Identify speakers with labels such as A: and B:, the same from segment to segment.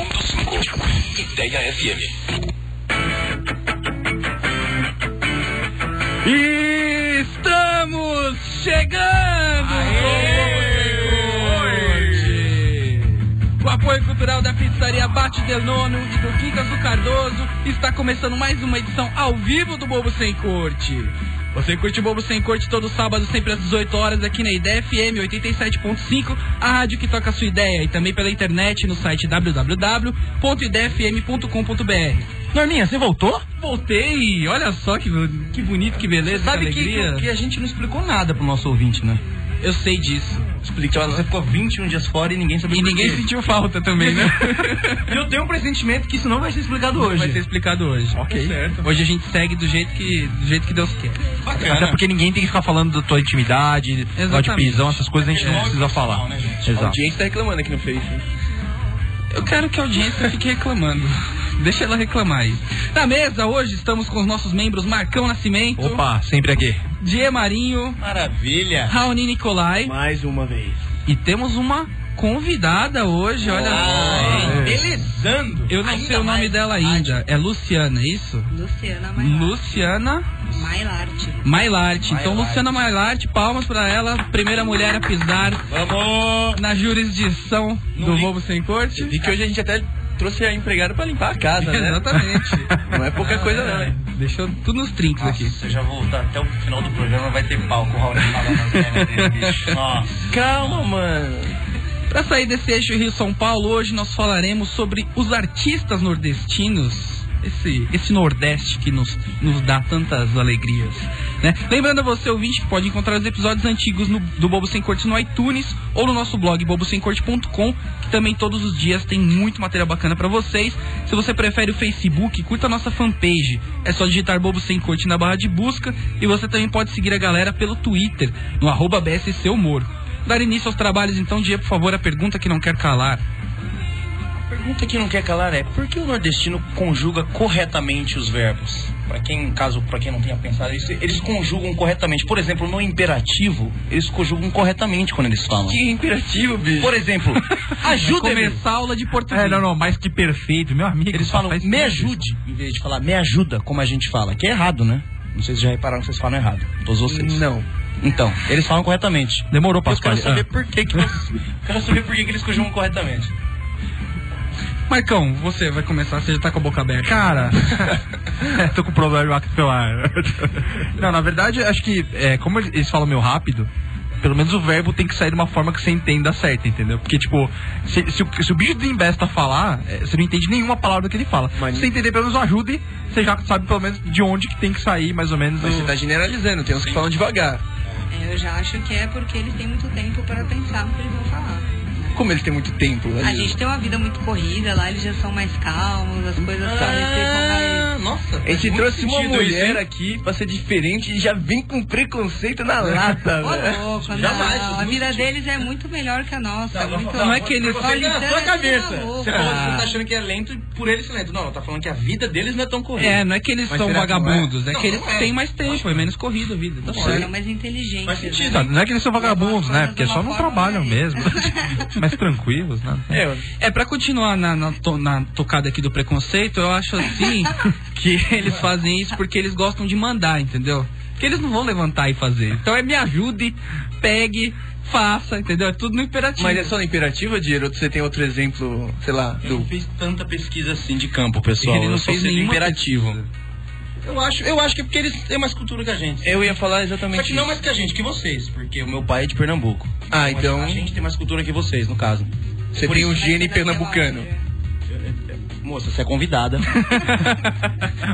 A: 101.5. Ideia FM.
B: E estamos chegando! Aê! Com o apoio cultural da pizzaria Bate Del Nono e do Quintas do Cardoso, está começando mais uma edição ao vivo do Bobo Sem Corte. Você curte o Bobo Sem Corte todo sábado, sempre às 18 horas, aqui na Ideia FM 87.5, a rádio que toca a sua ideia, e também pela internet no site www.idefm.com.br.
C: Norminha, você voltou?
B: Voltei! Olha só que, que bonito, que beleza,
C: você sabe
B: que
C: alegria. Que, que a gente não explicou nada pro nosso ouvinte, né?
B: Eu sei disso.
C: Explica. Então, você ficou 21 dias fora e ninguém sabia
B: E ninguém
C: quê.
B: sentiu falta também, né?
C: e eu tenho um pressentimento que isso não vai ser explicado hoje.
B: Vai ser explicado hoje. Tá
C: Ok. Certo.
B: Hoje a gente segue do jeito que, do jeito que Deus quer.
C: Bacana.
D: Até porque ninguém tem que ficar falando da tua intimidade, da de prisão, essas coisas a gente é. não precisa falar.
C: Né, Exato. A audiência tá reclamando aqui no Face. Hein?
B: Eu quero que a audiência fique reclamando. Deixa ela reclamar aí. Na mesa hoje estamos com os nossos membros Marcão Nascimento.
D: Opa, sempre aqui.
B: Die Marinho.
C: Maravilha.
B: Raoni Nicolai.
C: Mais uma vez.
B: E temos uma convidada hoje, olha
C: só. Belezando.
B: Eu não ainda sei o nome mais... dela ainda. É Luciana, é isso?
E: Luciana Mailarte.
B: Luciana
E: Mailarte.
B: Mailarte. Então, Luciana Mailarte, palmas para ela, primeira mulher a pisar
C: Vamos.
B: na jurisdição não do vi... Bobo Sem Corte.
C: E que hoje a gente até trouxe a empregada para limpar a casa, né?
B: Exatamente.
C: não é pouca ah, coisa, não, né?
B: Deixou tudo nos trinques
C: Nossa,
B: aqui.
C: Se eu já voltar até o final do programa, vai ter palco. O Raul falando nas dele, bicho. Nossa.
B: Calma, mano. Para sair desse eixo Rio-São Paulo, hoje nós falaremos sobre os artistas nordestinos. Esse, esse Nordeste que nos, nos dá tantas alegrias. Né? Lembrando a você, ouvinte, que pode encontrar os episódios antigos no, do Bobo Sem Corte no iTunes ou no nosso blog bobosemcorte.com, que também todos os dias tem muito material bacana para vocês. Se você prefere o Facebook, curta a nossa fanpage. É só digitar Bobo Sem Corte na barra de busca e você também pode seguir a galera pelo Twitter, no arroba BSC Humor dar início aos trabalhos, então, Diego, por favor, a pergunta que não quer calar.
C: A pergunta que não quer calar é: por que o nordestino conjuga corretamente os verbos? Para quem, caso para quem não tenha pensado isso, eles conjugam corretamente. Por exemplo, no imperativo, eles conjugam corretamente quando eles falam.
B: Que imperativo, bicho.
C: Por exemplo, ajuda
B: começar a aula de português.
D: É, não, não, mas que perfeito, meu amigo.
C: Eles falam me ajude, isso. em vez de falar me ajuda, como a gente fala, que é errado, né? Não sei se já repararam que vocês falam errado. Todos vocês.
B: Não.
C: Então, eles falam corretamente.
D: Demorou, Ah. Pascoal.
C: Eu quero
B: Ah.
C: saber por que, que vocês, quero saber por que, que eles conjugam corretamente.
B: Marcão, você vai começar, você já tá com a boca aberta.
D: Cara, é, tô com problema maxilar. Não, na verdade, acho que, é, como eles falam meio rápido, pelo menos o verbo tem que sair de uma forma que você entenda certa, entendeu? Porque, tipo, se, se, se, o, se o, bicho desembesta falar, é, você não entende nenhuma palavra que ele fala. Mas, se você entender pelo menos ajude, você já sabe pelo menos de onde que tem que sair, mais ou menos.
C: Mas o... você tá generalizando, tem uns que falam devagar.
E: É, eu já acho que é porque eles têm muito tempo para pensar no que eles vão falar.
C: Como eles têm muito tempo?
E: Né? A gente tem uma vida muito corrida, lá eles já são mais calmos, as
C: tá,
E: coisas ah, sabe, ficam
C: mais. Nossa, a gente trouxe uma mulher isso, aqui pra ser diferente e já vem com preconceito na lata,
E: Ô, né? louco, Jamais, não, a vida sentido. deles é muito melhor que a nossa. tá
C: Não,
E: é muito...
C: não é que eles só na sua cabeça. Você, falou, ah. você tá achando que é lento por eles ser lento. Não, tá falando que a vida deles não é tão corrida.
B: É, não é que eles mas são vagabundos, é? é? que eles têm mais tempo, é menos corrida a vida.
E: Tá são mais inteligentes.
C: Faz sentido. um
D: Não é que eles são vagabundos, né? Porque só não trabalham mesmo mais tranquilos, né?
B: É, é para continuar na, na, to, na, tocada aqui do preconceito, eu acho assim que eles fazem isso porque eles gostam de mandar, entendeu? Porque eles não vão levantar e fazer. Então é me ajude, pegue, faça, entendeu? É tudo no imperativo.
C: Mas é só no imperativo, Diego? Ou você tem outro exemplo, sei lá?
F: Eu do... não fiz tanta pesquisa assim de campo, pessoal.
C: Ele não
F: eu
C: fez nenhum imperativo. Pesquisa.
F: Eu acho, eu acho que é porque eles têm mais cultura que a gente.
C: Eu ia falar exatamente. Só é
F: que não mais que a gente, que vocês, porque o meu pai é de Pernambuco.
C: Ah, então.
F: A gente tem mais cultura que vocês, no caso.
C: Você Por tem um gene pernambucano.
E: né?
F: Moça, você é convidada.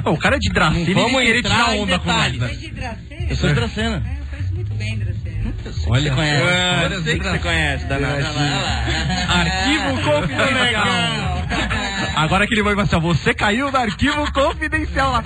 D: o cara é de Dracena.
C: Vamos querer tirar onda com
E: ele. Você é de Dracena?
C: Eu sou Hum? de Dracena.
E: É, eu conheço muito bem Dracena.
C: Olha, você conhece.
F: Ah, eu sei que você conhece, danada. É.
B: Arquivo confidencial.
D: Agora que ele vai passar, você caiu no arquivo confidencial lá.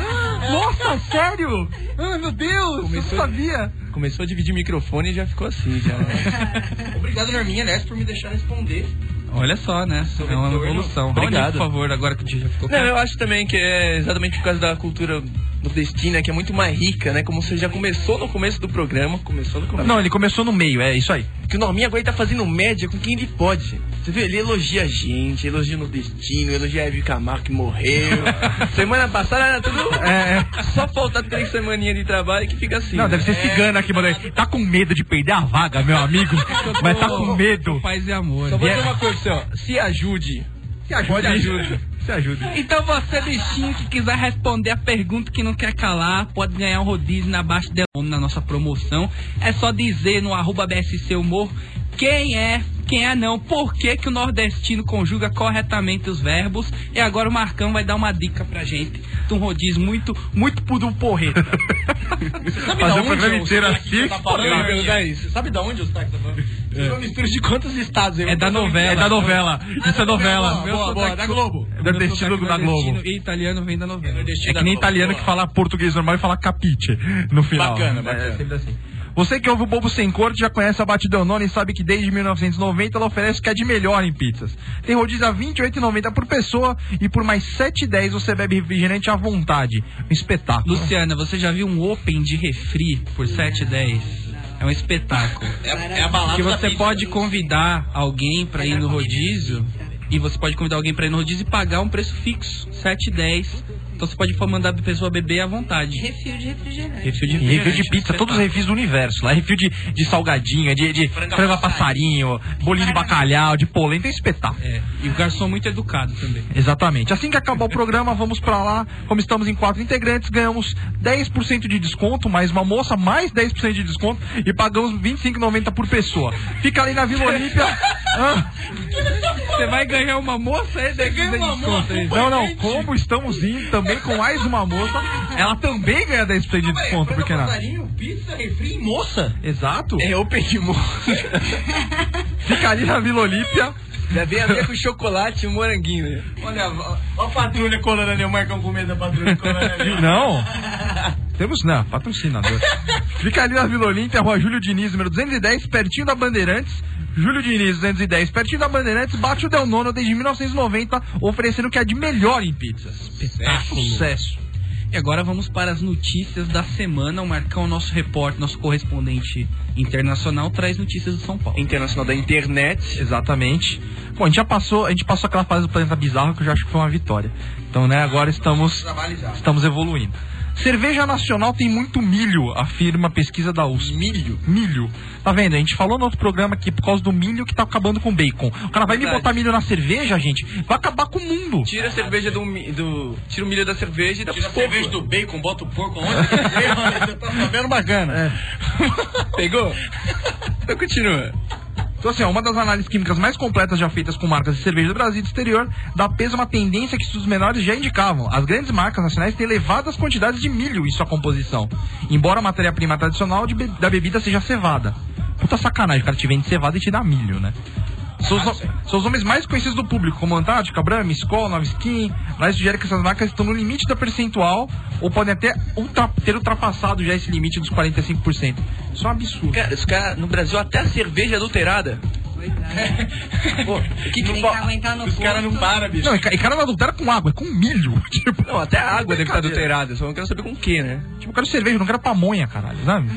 D: Nossa, sério? Ah, meu Deus, começou, eu não sabia.
C: Começou a dividir o microfone e já ficou assim. Já.
F: Obrigado, Norminha, né, por me deixar responder.
B: Olha só, né? É uma evolução.
C: Obrigado.
B: Raoni, por favor, agora que o dia já ficou...
C: Não, eu acho também que é exatamente por causa da cultura nordestina, que é muito mais rica, né? Como você já começou no começo do programa. Começou no começo.
B: Não, ele começou no meio, é isso aí.
C: Porque o Norminha agora ele tá fazendo média com quem ele pode. Você viu? Ele elogia a gente, elogia o nordestino, elogia a Eve Camargo que morreu. Semana passada era tudo.
B: É, é.
C: Só faltar três semaninhas de trabalho que fica assim.
B: Não,
C: né?
B: deve ser cigana aqui, mano. Tá com medo de perder a vaga, meu amigo. Mas tá com medo.
G: Paz e amor.
C: Só vou dizer uma coisa pra você, ó. Se ajude.
B: Se ajude, ajude. Se ajude.
G: Então você, bichinho, que quiser responder a pergunta que não quer calar, pode ganhar um rodízio na Baixa Del Homem, na nossa promoção. É só dizer no arroba BSC Humor quem é, quem é não, por que, que o nordestino conjuga corretamente os verbos. E agora o Marcão vai dar uma dica pra gente. de Um rodízio muito, muito pudo porreta.
C: Sabe
B: Fazer
C: da
B: o programa
C: onde o
B: inteiro
C: sotaque que
B: assim,
C: Tá falando,
B: porra.
C: eu ia perguntar isso. Você Sabe da onde o sotaque tá falando? É. uma mistura de quantos estados? aí?
G: É da novela.
B: É da novela. Isso é
C: Boa,
B: novela.
C: boa, boa, da Globo.
B: Nordestino É da Globo.
G: E italiano vem da novela.
B: É que nem italiano que fala português normal e fala capite no final.
C: Bacana,
B: É,
C: bacana.
B: é sempre assim. Você que ouve o Bobo Sem Corte já conhece a Batidão Nona e sabe que desde 1990 ela oferece o que é de melhor em pizzas. Tem rodízio a R$ 28,90 por pessoa e por mais R$ 7,10 você bebe refrigerante à vontade. Um espetáculo.
G: Luciana, você já viu um open de refri por 7,10? É um espetáculo.
C: É, é a balada
G: que
C: da
G: você
C: pizza.
G: pode convidar alguém pra ir no rodízio e você pode convidar alguém pra ir no rodízio e pagar um preço fixo, 7,10. Então você pode mandar a pessoa beber à vontade. tá-
E: Refil de refrigerante.
G: Refil de,
B: E refil de
G: refrigerante,
B: pizza, todos os
C: tá-
G: espetáculo.
B: refis do universo. Lá, refil de, de salgadinho, de, de frango passarinho, bolinho de bacalhau, de polenta, é um espetáculo.
G: É, e o garçom muito educado também.
B: Exatamente. Assim que acabar o programa, vamos pra lá. Como estamos em quatro integrantes, ganhamos 10% de desconto, mais uma moça, mais 10% de desconto e pagamos R$ 25,90 por pessoa. Fica ali na Vila Olímpia. Hã?
G: Você vai ganhar uma moça e você ganha uma moça.
B: não, não. Como estamos indo também com mais uma moça, ela também ganha 10% de desconto, por que não?
C: Passarinho, pizza, refri e moça.
B: Exato.
C: É open de moça.
B: Fica ali na Vila Olímpia.
C: Deve haver com chocolate e um moranguinho. né? Olha, ó, ó a patrulha colando ali, o Marcão com medo da patrulha colando ali. ó.
B: Não. Temos, não, patrocinador. Fica ali na Vila Olímpia, rua Júlio Diniz, número 210, pertinho da Bandeirantes. Júlio Diniz, 210, pertinho da Bandeirantes, bate o Del Nono desde 1990, oferecendo o que é de melhor em pizzas.
G: Espetáculo.
B: Sucesso.
G: tá E agora vamos para as notícias da semana. O Marcão, nosso repórter, nosso correspondente internacional, traz notícias do São Paulo.
C: Internacional da internet.
B: Exatamente. Bom, a gente já passou, a gente passou aquela fase do planeta bizarro que eu já acho que foi uma vitória. Então, né, agora estamos estamos evoluindo. Cerveja nacional tem muito milho, afirma a pesquisa da USP. Milho? Milho. Tá vendo? A gente falou no outro programa que por causa do milho que tá acabando com bacon. O cara vai me
C: Verdade.
B: botar milho na cerveja, gente? Vai acabar com o mundo.
C: Tira a cerveja do, mi- do. Tira o milho da cerveja e dá Tira a cerveja do bacon, bota o porco onde? Você tá sabendo
B: É.
C: bacana. Pegou? Então continua.
B: Então, assim, ó, uma das análises químicas mais completas já feitas com marcas de cerveja do Brasil e do exterior dá peso a uma tendência que estudos menores já indicavam. As grandes marcas nacionais têm elevadas quantidades de milho em sua composição, embora a matéria-prima tradicional de be- da bebida seja a cevada. Puta sacanagem, o cara te vende cevada e te dá milho, né? São os, no- são os nomes mais conhecidos do público, como Antártica, Brahma, Skol, Nova Skin. Lá sugere que essas marcas estão no limite da percentual ou podem até ultra- ter ultrapassado já esse limite dos 45%. Isso é um absurdo.
C: Cara, os caras no Brasil até a cerveja é adulterada.
E: Pois é.
C: Pô, o que que
E: Tem que
C: fa-
E: aguentar no
C: Os caras não
E: ponto.
C: param, bicho.
B: Não, e ca- e cara não adultera com água, é com milho. Tipo,
C: Não, até a água deve estar adulterada, só não quero saber com o que, né?
B: tipo, eu quero cerveja, não quero pamonha, caralho, sabe?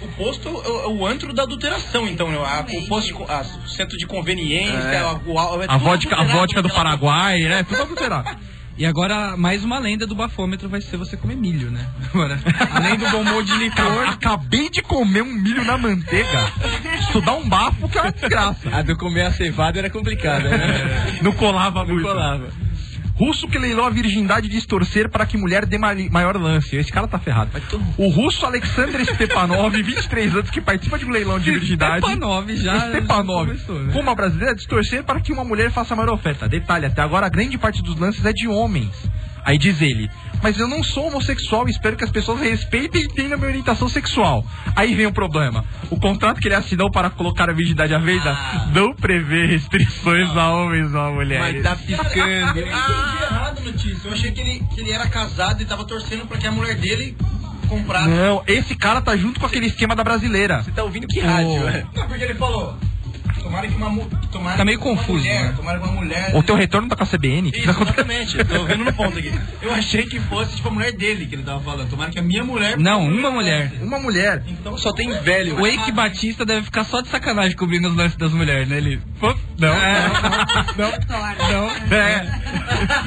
H: O posto é o, é o antro da adulteração, então, né? A- o posto, de co- a- o centro de conveniência, a, o, a, é
B: A
H: tudo
B: vodka, a
H: adulterado
B: vodka do
H: naquela-
C: então.
B: Paraguai, né? Tudo adulterado.
G: E agora, mais uma lenda do bafômetro vai ser você comer milho, né? Agora, além do bom molho de
B: Cara,
G: licor,
B: acabei de comer um milho na manteiga. Isso dá um bafo que é uma desgraça.
C: A do comer a cevada era complicada, né?
B: Não colava muito.
C: Colava.
B: Russo que leilou a virgindade de torcer para que mulher dê mali- maior lance. Esse cara tá ferrado. O russo Alexander Stepanov, 23 anos, que participa de um leilão de virgindade.
G: Stepanov já. já
B: Stepanov.
G: começou, né?
B: Como a brasileira distorcer para que uma mulher faça a maior oferta. Detalhe, até agora a grande parte dos lances é de homens. Aí diz ele, mas eu não sou homossexual e espero que as pessoas respeitem e entendam a minha orientação sexual. Aí vem o problema. O contrato que ele assinou para colocar a virgindade à venda não prevê restrições a homens ou a mulheres.
C: Ah. Mas tá piscando.
H: Eu entendi errado a notícia. Eu achei que ele, que ele era casado e tava torcendo pra que a mulher dele comprasse.
B: Não, esse cara tá junto com aquele esquema da brasileira.
C: Você tá ouvindo que rádio?
B: Pô.
C: né?
H: Não, porque ele falou.
C: Tomara que uma, mu- tomara
I: Tá meio
C: que uma
I: confuso,
C: mulher-
I: né?
C: Tomara que uma mulher.
B: O teu retorno tá com a CBN? O que
C: Isso,
B: tá acontecendo?
C: exatamente. Eu Tô vendo no ponto aqui. Eu achei que fosse tipo a mulher dele que ele tava falando. Tomara que a minha mulher.
I: Não, uma mulher.
B: Uma mulher.
C: Então só tem velho.
I: O Eike Batista deve ficar só de sacanagem cobrindo os lances das mulheres, né? Ele. Pô, Não.
C: É.
E: Tora.
B: É.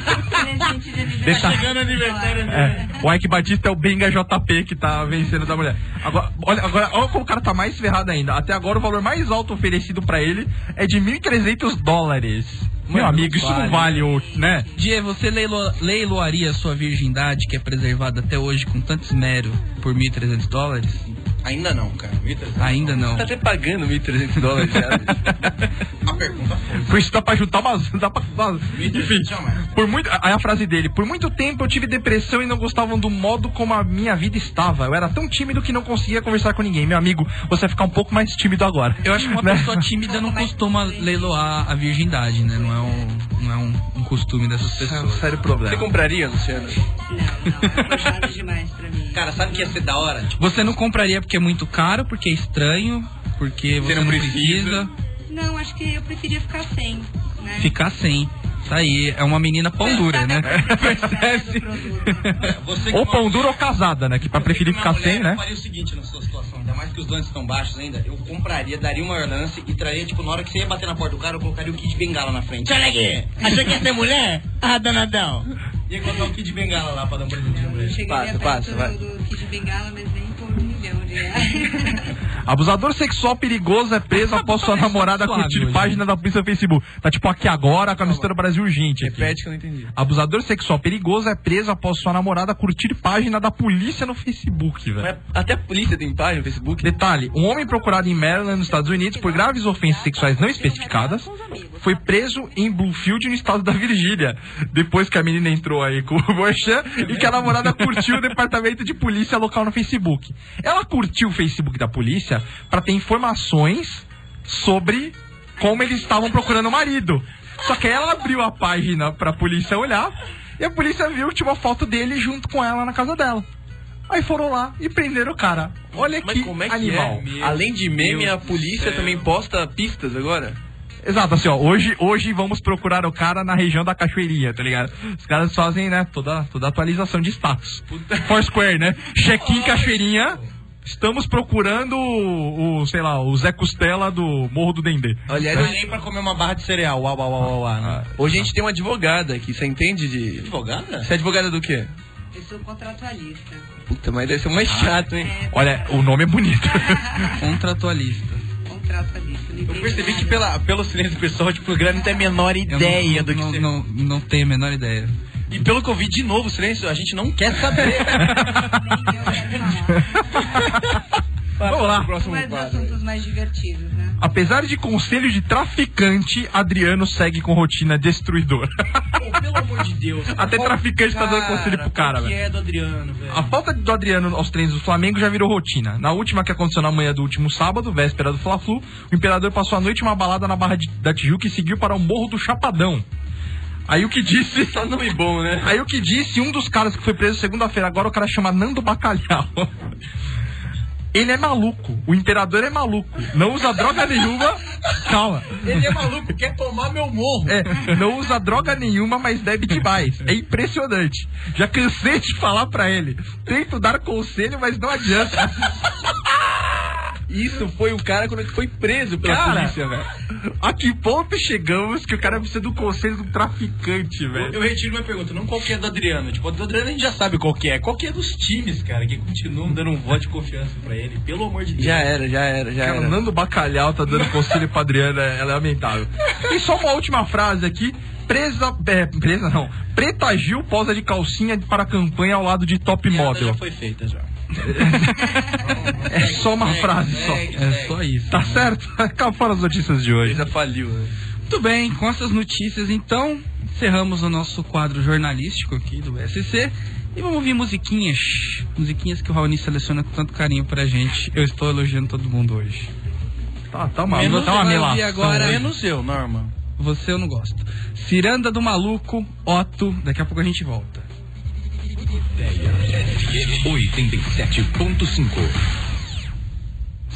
E: Presente de aniversário.
B: Deixa-
C: Chegando aniversário né?" dele.
B: É, o Ike Batista é o Benga JP que tá vencendo da mulher. Agora, olha, agora, olha como o cara tá mais ferrado ainda. Até agora o valor mais alto oferecido pra ele é de 1.300 dólares. Meu
I: Mano,
B: amigo, isso não vale, o- né?
I: Die, você leilo- leiloaria a sua virgindade, que é preservada até hoje com tanto esmero, por 1.300 dólares?
C: Ainda não, cara. Vitor,
I: Ainda não.
G: Tá até pagando 1.300 dólares já.
C: A pergunta foi.
B: Por isso dá pra juntar umas. Dá pra, dá- enfim.
C: 1.300 jamais.
B: Por muito, aí a frase dele: Por muito tempo eu tive depressão e não gostavam do modo como a minha vida estava. Eu era tão tímido que não conseguia conversar com ninguém. Meu amigo, você vai ficar um pouco mais tímido agora.
I: Eu acho que uma
B: Né?
I: pessoa tímida não costuma leiloar a virgindade, né? Não é um, não é um, um costume dessas
B: É um
I: pessoas.
B: sério
G: Você
B: problema.
G: compraria, Luciano?
E: Não, não, é pesado demais pra mim.
C: Cara, sabe que ia ser da hora? Tipo,
I: Você não compraria porque é muito caro, porque é estranho, porque você,
G: não
I: não
G: precisa.
I: precisa.
E: Não, acho que eu preferia ficar sem, né?
I: Ficar sem. Isso aí, é uma menina pão dura, né?
E: Percebe?
C: você que
B: Ou
C: mora-
B: pão duro ou casada, né? Que pra preferir
C: Minha
B: ficar
C: mulher,
B: sem, né?
C: Eu faria o seguinte na sua situação, ainda mais que os lances estão baixos ainda, eu compraria, daria uma lance e traria, tipo, na hora que você ia bater na porta do cara, eu colocaria o kit bengala na frente. Olha aqui! Achou que ia ser mulher? Ah, danadão! Ia colocar o kit bengala lá pra dar um presente de mulher.
E: Chegaria
G: Passa, passa,
E: perto
G: vai.
E: do, do Kid Bengala, mas nem por um milhão de reais.
B: Abusador sexual perigoso é preso após sua namorada
I: suave
B: curtir
I: hoje.
B: página da polícia no Facebook. Tá tipo aqui agora com a mistura Brasil urgente. aqui.
G: Repete que eu não entendi.
B: Abusador sexual perigoso é preso após sua namorada curtir página da polícia no Facebook, velho.
G: Mas até a polícia tem página no Facebook?
B: Detalhe, um homem procurado em Maryland, nos Estados Unidos, por graves ofensas sexuais não especificadas, foi preso em Bluefield, no estado da Virgínia, depois que a menina entrou aí com o Borchan e que a namorada curtiu o departamento de polícia local no Facebook. Ela curtiu o Facebook da polícia para ter informações sobre como eles estavam procurando o marido. Só que aí ela abriu a página pra polícia olhar e a polícia viu que tinha uma foto dele junto com ela na casa dela. Aí foram lá e prenderam o cara. Olha
G: Mas
B: que
G: como é que
B: animal. Ah,
G: é? Além de meme, a polícia também posta pistas agora?
B: Exato, assim, ó, hoje, hoje vamos procurar o cara na região da cachoeirinha, tá ligado? Os caras fazem, né, toda, toda atualização de status. Foursquare, né? Check-in cachoeirinha. Estamos procurando o, o, sei lá, o Zé Costela do Morro do Dendê.
G: Aliás, hoje-
C: Parei pra comer uma barra de cereal, uau, uau, uau, uau, uau. né?
G: hoje a gente tem uma advogada aqui, você entende de...
C: Advogada?
G: Você é advogada do quê?
E: Eu sou contratualista.
G: Puta, mas deve ser mais
I: Ah,
G: chato, hein?
E: É,
B: Olha, o nome é bonito.
I: Contratualista.
E: contratualista. não
C: Eu
E: entendo
C: percebi que
E: nada.
C: pela, pelo silêncio pessoal, tipo, o Grêmio não tem a menor
I: Eu
C: ideia
I: não,
C: do que
I: não,
C: você...
I: não, não tenho a menor ideia.
C: E pelo que eu vi de novo, o silêncio, a gente não quer saber.
E: Nem eu quero falar.
B: Vamos lá.
E: Um é dos assuntos mais divertidos, né?
B: Apesar de conselho de traficante, Adriano segue com rotina destruidora.
C: Pô, pelo amor de Deus.
B: Até traficante tá dando conselho pro cara,
C: Que
B: velho.
C: é do Adriano, velho.
B: A falta do Adriano aos treinos do Flamengo já virou rotina. Na última que aconteceu na manhã do último sábado, véspera do Fla-Flu, o imperador passou a noite uma balada na Barra de- da Tijuca e seguiu para o Morro do Chapadão. Aí o que disse...
G: Só nome bom, né?
B: Aí o que disse um dos caras que foi preso segunda-feira, agora o cara chama Nando Bacalhau. Ele é maluco, o imperador é maluco, não usa droga nenhuma. Calma.
C: Ele é maluco, quer tomar meu morro.
B: É, não usa droga nenhuma, mas bebe demais. É impressionante. Já cansei de falar pra ele. Tento dar conselho, mas não adianta.
G: Isso foi o cara quando ele foi preso pela
B: Cara,
G: polícia, velho.
B: a que ponto chegamos que o cara precisa do conselho do traficante, velho?
C: Eu retiro minha pergunta, não qual que é do Adriano. Tipo, do Adriano a gente já sabe qual que é. Qual que é dos times, cara, que continuam dando um voto de confiança pra ele? Pelo amor de Deus.
G: Já é era, já era,
I: É.
G: já
B: Cara,
G: era.
B: Nando Bacalhau tá dando conselho pra Adriana, ela é lamentável. E só uma última frase aqui. Presa. É, presa não. Preta Gil posa de calcinha para campanha ao lado de Top
C: Piada
B: Model.
C: já foi feita já.
B: É só uma frase só.
I: É só isso.
B: Tá certo? Acabou fora as notícias de hoje.
G: Já faliu, né?
I: Muito bem, com essas notícias então, encerramos o nosso quadro jornalístico aqui do SC e vamos ouvir musiquinhas. Musiquinhas que o Raoni seleciona com tanto carinho pra gente. Eu estou elogiando todo mundo hoje.
B: Tá, tá uma,
I: Menos
B: tá uma
I: vai ouvir
B: melação.
I: agora.
B: hoje.
C: Menos eu, Norma.
I: Você eu não gosto. Ciranda do Maluco, Otto, daqui a pouco a gente volta.
A: 87.5.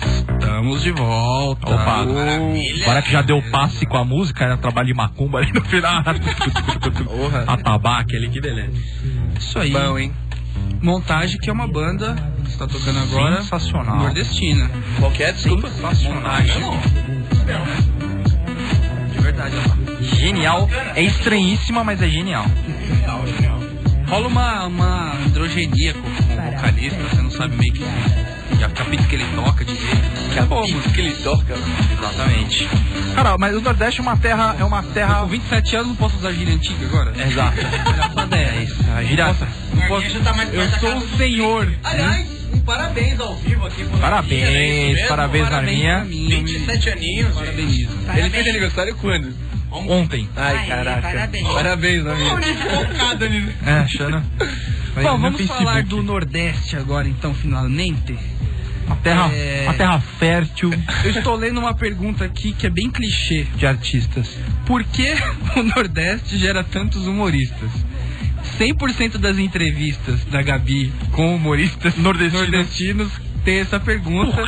I: Estamos de volta.
B: Opa, agora que já deu passe com a música, era trabalho de macumba ali no final. Atabaque ali, que beleza.
I: Isso aí.
G: Bom, hein?
I: Montagem, que é uma banda que está tocando agora.
B: Sensacional.
I: Nordestina.
G: Qual que é? Desculpa.
I: Sensacional. De verdade, ó.
B: Genial. É estranhíssima, mas é genial.
I: Rola uma, uma androgenia com, com o vocalista, você não sabe meio que a capítulo que ele toca direito. Que é bom, mano. tá
G: Que ele toca.
I: Exatamente.
B: Cara, mas o Nordeste é uma terra. É uma
I: Com
B: terra.
I: 27 anos não posso usar gíria antiga agora?
B: Exato.
I: Palhaçada é isso.
B: A gíria-
I: Não posso-
C: tá mais
I: Eu sou
B: um
I: o senhor.
C: Aliás, um parabéns ao vivo aqui. pro Narminha, né?
B: Parabéns, parabéns,
I: Parabéns pra
B: Narminha.
I: mim.
C: 27 aninhos. gente.
I: Parabenizo.
G: Ele
E: Parabéns.
G: fez aniversário quando?
B: Ontem.
E: Aí, parabéns.
G: Parabéns, amigo.
C: Focada nisso.
B: É, achando.
I: Bom, vamos falar do Nordeste agora, então, finalmente.
B: Uma terra,
I: É.
B: uma terra fértil
I: Eu estou lendo uma pergunta aqui que é bem clichê.
B: de artistas.
I: Por que o Nordeste gera tantos humoristas? 100% das entrevistas da Gabi com humoristas nordestinos, tem essa pergunta.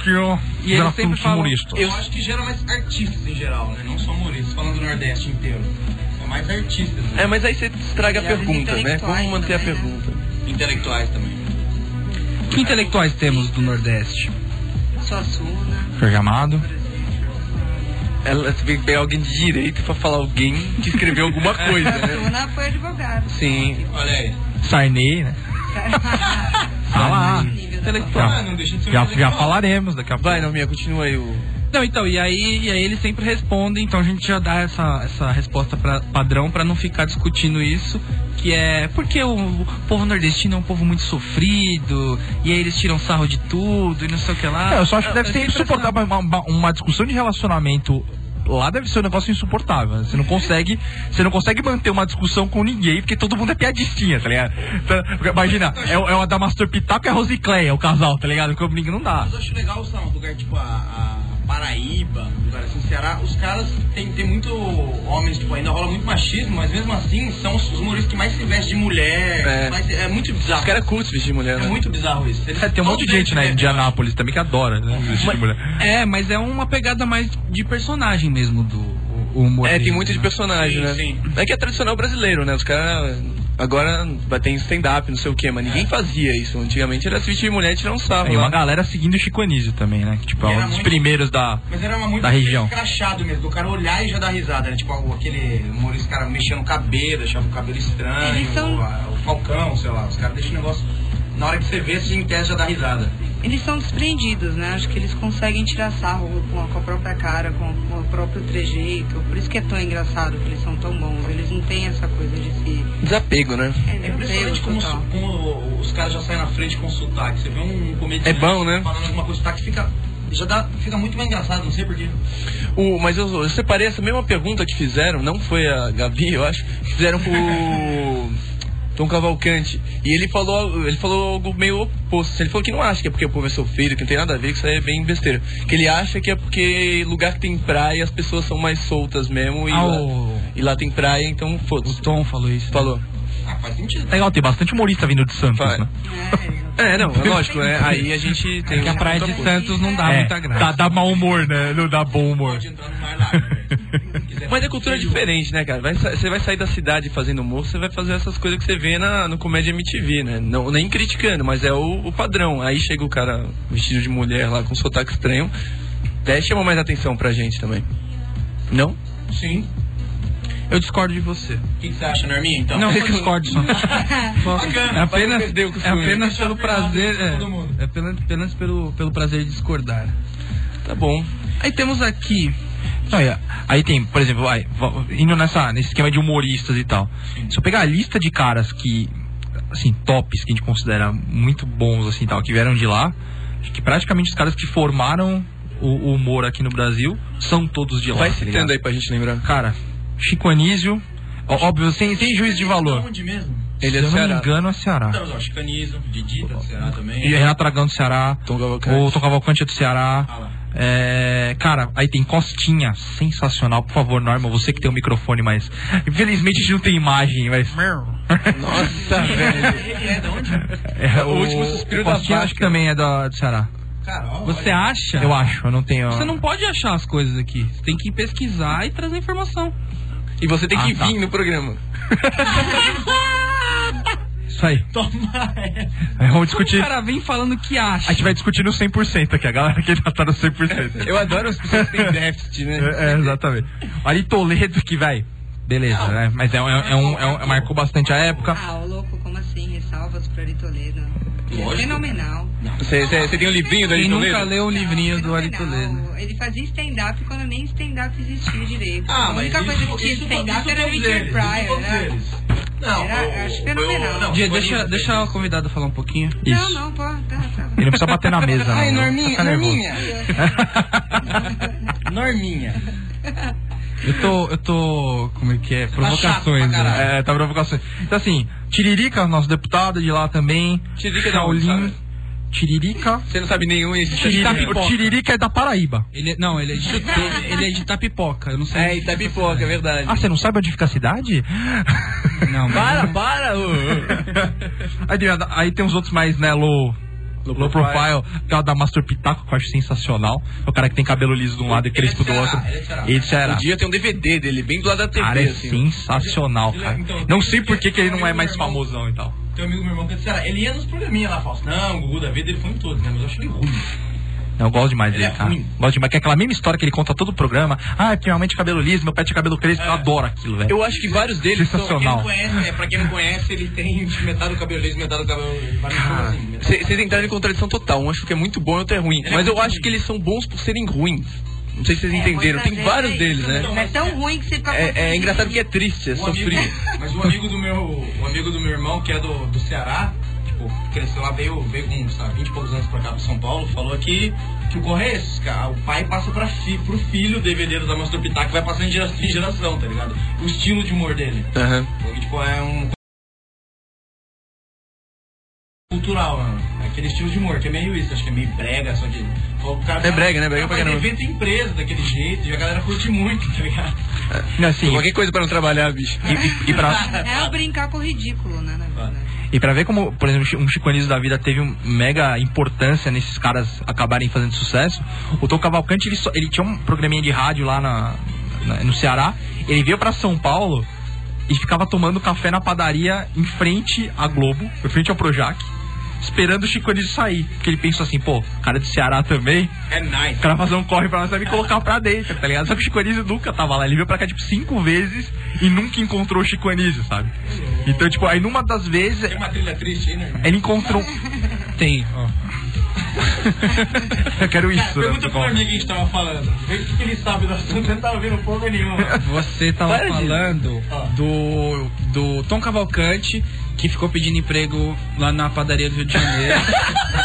B: E
I: E ele sempre fala-
C: Eu acho que geram mais artistas em geral, né? Não só humoristas, falando do Nordeste inteiro. São mais artistas, né?
G: É, mas aí você estraga a
E: Melhores
G: pergunta, né?
E: intelectuais
G: Vamos manter a
E: também, né?
G: pergunta.
C: intelectuais também.
I: Que intelectuais temos do Nordeste?
E: Suassuna.
B: Jorge Amado.
G: Ela tem que pegar alguém de direito pra falar alguém que escreveu alguma coisa, né?
E: Suassuna foi advogado.
G: Sim.
C: Olha aí.
B: Sarney, né?
I: Ah,
B: Fala.
E: Intelectual.
B: Já, já, já falaremos daqui a pouco.
G: Vai, Norminha, continua aí o.
I: Não, então, e aí, e aí eles sempre respondem, então a gente já dá essa, essa resposta pra, padrão pra não ficar discutindo isso, que é porque o, o povo nordestino é um povo muito sofrido, e aí eles tiram sarro de tudo, e não sei o que lá.
G: Ah,
B: É, eu só acho que deve ser
I: tenho a impressão-
B: insuportável uma, uma- uma discussão de relacionamento. Lá deve ser um negócio insuportável. né? Você não consegue, você não consegue manter uma discussão com ninguém, porque todo mundo é piadistinha, tá ligado? Então, porque, imagina, é, o- é o Adamastor Pitaco e a Rosicléia, o casal, tá ligado? Porque ninguém não dá.
C: Mas eu acho legal, sabe, um lugar tipo a, a Paraíba, um lugar assim, Ceará, os caras tem, tem muito homens, tipo, ainda rola muito machismo, mas mesmo assim são os, os humoristas que mais se vestem de mulher,
G: É.
C: mais- é muito bizarro.
G: Os caras curtem vestir de mulher,
C: É
G: né?
C: muito bizarro isso. Eles-
B: É, tem um monte de gente, né, em
C: É,
B: Indianápolis também que adora, né? vestir de mulher.
I: É, mas é uma pegada mais de personagem mesmo do o- o humor.
G: É, tem
I: deles,
G: muito de
I: né?
G: personagem,
C: Sim,
G: né?
C: sim.
G: É que é tradicional brasileiro, né? Os caras agora tem stand-up, não sei o quê, mas
I: É.
G: ninguém fazia isso. Antigamente era se vestir de mulher e tirar um sarro.
B: Tem
G: lá.
B: uma galera seguindo o Chico Anísio também, né? Que, tipo,
C: E
B: é
C: era
B: um dos
C: muito-
B: primeiros da.
C: Mas era uma muito
B: Da região.
C: crachado mesmo, do cara olhar e já dar risada, né? Tipo, aquele humorista, cara mexendo o cabelo, achava o cabelo estranho,
E: Eles são-
C: o, a- o falcão, sei lá, os caras deixam o negócio... Na hora que você vê, assim, em tese já dá risada.
E: Eles são desprendidos, né? Acho que eles conseguem tirar sarro com a, com a própria cara, com, com o próprio trejeito. Por isso que é tão engraçado, que eles são tão bons. Eles não têm essa coisa de se.
G: Desapego, né?
C: É impressionante como, os-
E: total.
C: como os caras já saem na frente com sotaque. Você vê um comediante
G: É bom, né?
C: falando alguma coisa, sotaque fica. Já dá, fica muito mais engraçado, não sei porquê.
G: O, mas eu, eu separei essa mesma pergunta que fizeram, não foi a Gabi, eu acho, que fizeram pro Tom Cavalcante. E ele falou, ele falou algo meio oposto. Ele falou que não acha que é porque o povo é sofrido, que não tem nada a ver, que isso aí é bem besteira. Que ele acha que é porque lugar que tem praia as pessoas são mais soltas mesmo. E,
I: Ah,
G: lá,
I: o-
G: e lá tem praia, então
I: O
G: foda-se.
I: Tom falou isso. né?
G: Falou.
C: Ah, faz sentido.
B: Legal, tem bastante humorista vindo de Santos,
G: Vai.
B: né?
E: É,
G: É, não, é lógico, né? Aí a gente tem
I: É Que a praia de Santos não dá
B: É,
I: muita graça.
B: Dá, dá mau humor, né? Não dá bom humor.
C: Pode entrar no mar lá. né? Se quiser.
G: Mas a cultura é diferente, né, cara? Vai sa- Você vai sair da cidade fazendo humor, você vai fazer essas coisas que você vê na, no Comédia MTV, né? Não, nem criticando, mas é o, o padrão. Aí chega o cara vestido de mulher lá com sotaque estranho, até chama mais atenção pra gente também. Não?
C: Sim.
I: Eu discordo de você.
C: O que que você acha, Norminha? Então,
I: Não, eu discordo só.
C: Bacana,
I: É apenas,
G: vai perder o
I: é
G: costume. tá
I: apenas pelo prazer.
C: Deixa eu todo mundo.
I: É, é apenas, apenas pelo, pelo prazer de discordar.
G: Tá bom.
I: Aí temos aqui.
B: Não, e a- aí tem, por exemplo, aí, va- indo nessa, nesse esquema de humoristas e tal. Se eu pegar a lista de caras que, assim, tops, que a gente considera muito bons, assim, tal, que vieram de lá, acho que praticamente os caras que formaram o, o humor aqui no Brasil são todos de lá.
G: Vai
B: tá ligado?
G: citando aí pra gente lembrar.
B: Cara, Chico Anísio, ó- óbvio, sem, sem juízo de valor.
C: Onde mesmo?
G: Ele
B: Se
G: é
B: eu não
G: Ceará.
B: me engano, é Ceará.
C: Então, ó, Chicanizo, Didi tá do Ceará também.
B: E Renato Aragão do Ceará,
G: é Tom Cavalcante.
B: o Tom Cavalcante é do Ceará.
C: Ah lá.
B: É, cara, aí tem Costinha, sensacional. Por favor, Norma, você que tem o microfone, mas infelizmente a gente não tem imagem, mas.
G: Nossa, velho.
C: Ele é de onde?
B: É,
G: o último suspiro da
J: É
B: Costinha
G: vaca.
B: acho que também é da, é do Ceará.
C: Carol.
G: Você acha?
J: Ah.
B: Eu acho, eu não tenho.
G: Você não pode achar as coisas aqui. Você tem que pesquisar e trazer informação.
J: E você tem que
B: Ah, tá.
J: vir no programa.
B: Isso aí.
K: Toma essa.
B: Aí Vamos
G: O
B: discutir.
G: cara vem falando que acha.
B: A gente vai discutir no 100% aqui, a galera que tá no 100%.
J: Eu adoro as pessoas que têm déficit, né?
B: É, é, exatamente. Ali Toledo que vai. Beleza, né? Mas é, um- é um, é um- é- marcou bastante a época.
E: Ah, ô louco, como assim? Ressalvas pra Ari Toledo.
C: Lógico.
E: Fenomenal.
J: Você você- você tem um livrinho do
G: Quem
J: Ayrton
G: nunca
J: Leda?
G: leu o livrinho do Ari Toledo?
E: Toledo. Ele fazia stand-up quando nem stand-up existia direito.
C: Ah,
E: a
C: mas
E: única coisa
C: isso-
E: que tinha
C: isso-
E: stand-up
C: isso
E: era
C: todos
E: Richard
C: eles,
E: Pryor,
C: isso todos
E: né?
C: eles. Não,
E: Era,
C: o-
E: acho
C: o-
E: fenomenal.
C: eu- não,
G: Dia,
C: foi
G: deixa,
C: lindo,
G: deixa a convidada falar um pouquinho.
E: Não,
B: Isso.
E: não, pô, tá, tá.
B: Ele não precisa bater na mesa.
K: Ai,
B: não.
K: Norminha,
B: Tá nervoso.
K: Norminha. Norminha.
G: Eu tô. Eu tô. Como é que é? Provocações.
K: pra caralho.
G: né?
B: É, tá provocações. Então assim, Tiririca, nosso deputado de lá também.
J: Tiririca é da onde,
B: Shaolin.
J: sabe?
B: Tiririca.
J: Você não sabe nenhum e
G: tá
B: Tiririca, o Tiririca é da Paraíba.
G: Ele é- não, ele é, de, ele é de Tapipoca. Eu não sei.
J: É, Itapipoca, é verdade.
B: Ah, você não sabe onde fica a cidade?
G: Não, mas-
J: Para, para! ô, ô.
B: aí, tem, a- aí tem os outros mais, né, low, low, profile, que é o da Master Pitaco, que eu acho sensacional. É o cara que tem cabelo liso de um lado e crespo do outro. Ele de Ceará.
J: Um dia tem um DVD dele, bem do lado da TV,
B: Cara, é
J: assim.
B: sensacional, cara.
C: Então,
B: Não sei por que, que ele não é
C: meu
B: mais
C: irmão-
B: famosão e tal.
C: Tem um amigo do meu irmão que é de Ceará. Ele ia nos programinhas lá, Fausto. Não, o Gugu da vida, ele foi em todos, né? Mas eu acho ele ruim.
B: Não, eu gosto demais
C: Ele
B: dele,
C: é
B: cara.
C: ruim.
B: Gosto demais, que é aquela mesma história que ele conta todo o programa. Ah, que minha mãe tinha cabelo liso, meu pai tinha cabelo crespo. Eu adoro aquilo, velho.
J: É. Eu acho que vários deles são...
C: Quem não
B: Sensacional.
C: conhece, né? Pra quem não conhece, ele tem metade do cabelo liso, metade do cabelo... Vários assim, metade-
J: Vocês entraram em contradição total. Um acho que é muito bom e outro é ruim. Mas eu acho que eles são bons por serem ruins. Não sei se vocês
E: É,
J: entenderam.
E: muitas
J: Tem
E: vezes
J: vários
E: é
J: deles,
E: isso
J: né?
E: mesmo. É tão ruim que você fica.
J: É, é engraçado porque é triste, é
C: Um amigo-
J: sofrido.
C: mas um amigo do meu, um amigo do meu irmão, que é do, do Ceará, tipo, cresceu lá, veio, veio com uns, sabe, 20 e poucos anos pra cá, pro São Paulo, falou que, que o corre é esse, cara. O pai passa pra fi, pro filho o DVD da Master Pitaco, vai passando de geração em geração, tá ligado? O estilo de humor dele.
J: Aham.
C: Então, tipo, é um... Cultural, né? Aquele estilo de humor, que é meio isso, acho que é meio brega, só que... O cara,
J: É brega, né? Brega
C: o
J: pra
C: cara faz
J: caramba.
C: evento em empresa daquele jeito, e a galera curte muito, tá ligado?
B: Não, assim,
J: Qualquer coisa pra não trabalhar, bicho.
G: Ah.
B: e, e pra,
E: É o brincar com o ridículo, né? Na verdade.
B: E pra ver como, por exemplo, um Chico Anísio da vida teve um mega importância nesses caras acabarem fazendo sucesso, o Tom Cavalcante, ele, só- ele tinha um programinha de rádio lá na- na- no Ceará, ele veio pra São Paulo e ficava tomando café na padaria em frente à Globo, em frente ao Projac, esperando o Chico Anísio sair. Porque ele pensou assim, pô, cara do Ceará também,
C: É nice.
B: o cara fazer um corre pra nós vai me colocar pra dentro, tá ligado? Só que o Chico Anísio nunca tava lá. Ele veio pra cá, tipo, cinco vezes e nunca encontrou o Chico Anísio, sabe? Então, tipo, aí numa das vezes
C: Tem uma trilha triste aí, né? irmão?
B: ele encontrou. Tem. ó. Eu quero isso, né?
C: Pergunta pro Norminha que a gente tava falando. Vê o que que ele sabe do assunto, ele não tava vendo porra nenhuma.
G: Você tava
J: Para de-
G: falando
C: Ah.
G: do, do Tom Cavalcante, que ficou pedindo emprego lá na padaria do Rio de Janeiro.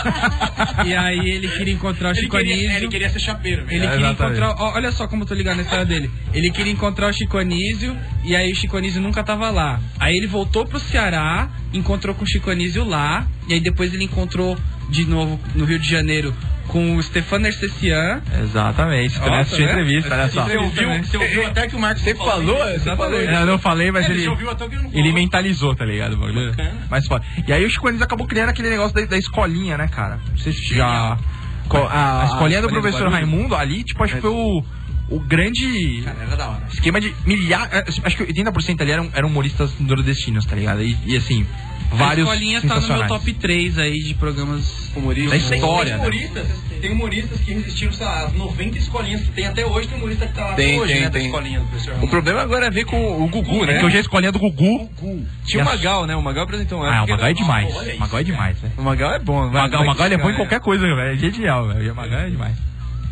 G: e aí ele queria encontrar o
C: Ele
G: Chico Anísio.
C: queria, ele queria ser chapeiro,
G: Ele
C: velho.
B: É,
G: queria
B: exatamente.
G: encontrar. ó, Olha só como eu tô ligado na história dele. Ele queria encontrar o Chico Anísio e aí o Chico Anísio nunca tava lá. Aí ele voltou pro Ceará, encontrou com o Chico Anísio lá, e aí depois ele encontrou de novo no Rio de Janeiro com o Stefano Ercecian.
B: Exatamente. Você também
G: Nossa,
B: assistiu a
G: né?
B: entrevista, olha só.
C: Você ouviu, você ouviu até que o Marcos
J: Você falou? Você falou
B: Eu não falei, né? mas
C: É,
B: ele.
C: Ele já ouviu até o que ele não falou.
B: Ele mentalizou, tá ligado? o bagulho?
C: Bacana.
B: Mas foda. E aí o Chico Anísio acabou criando aquele negócio da, da escolinha, né, cara? Vocês já. Co- a, a escolinha do professor Raimundo ali, tipo, acho que foi o, o grande
C: É, Era da hora.
B: esquema de milhares. Acho que 80% ali eram, eram humoristas nordestinos, tá ligado? E, e, assim, vários.
G: A escolinha tá no meu
B: sensacionais.
G: top 3 aí de programas
B: Da história,
C: Tem
B: né?
C: humoristas, tem humoristas que resistiram, sei lá, às 90 escolinhas que tem até hoje, tem humorista que tá lá
J: Tem,
C: até hoje,
J: tem,
C: né?
J: tem.
C: Da escolinha do professor
J: O
C: Ramon.
J: problema agora é ver com o Gugu, né?
B: Porque hoje a escolinha é do Gugu.
J: Tinha o Magal, né? O Magal apresentou uma
B: Ah, o
J: época-
B: Magal é demais.
C: Olha isso,
B: O Magal é demais, velho.
J: O Magal é bom.
B: O Magal, o Magal ele é bom em qualquer coisa, velho. É genial, velho. O Magal é demais.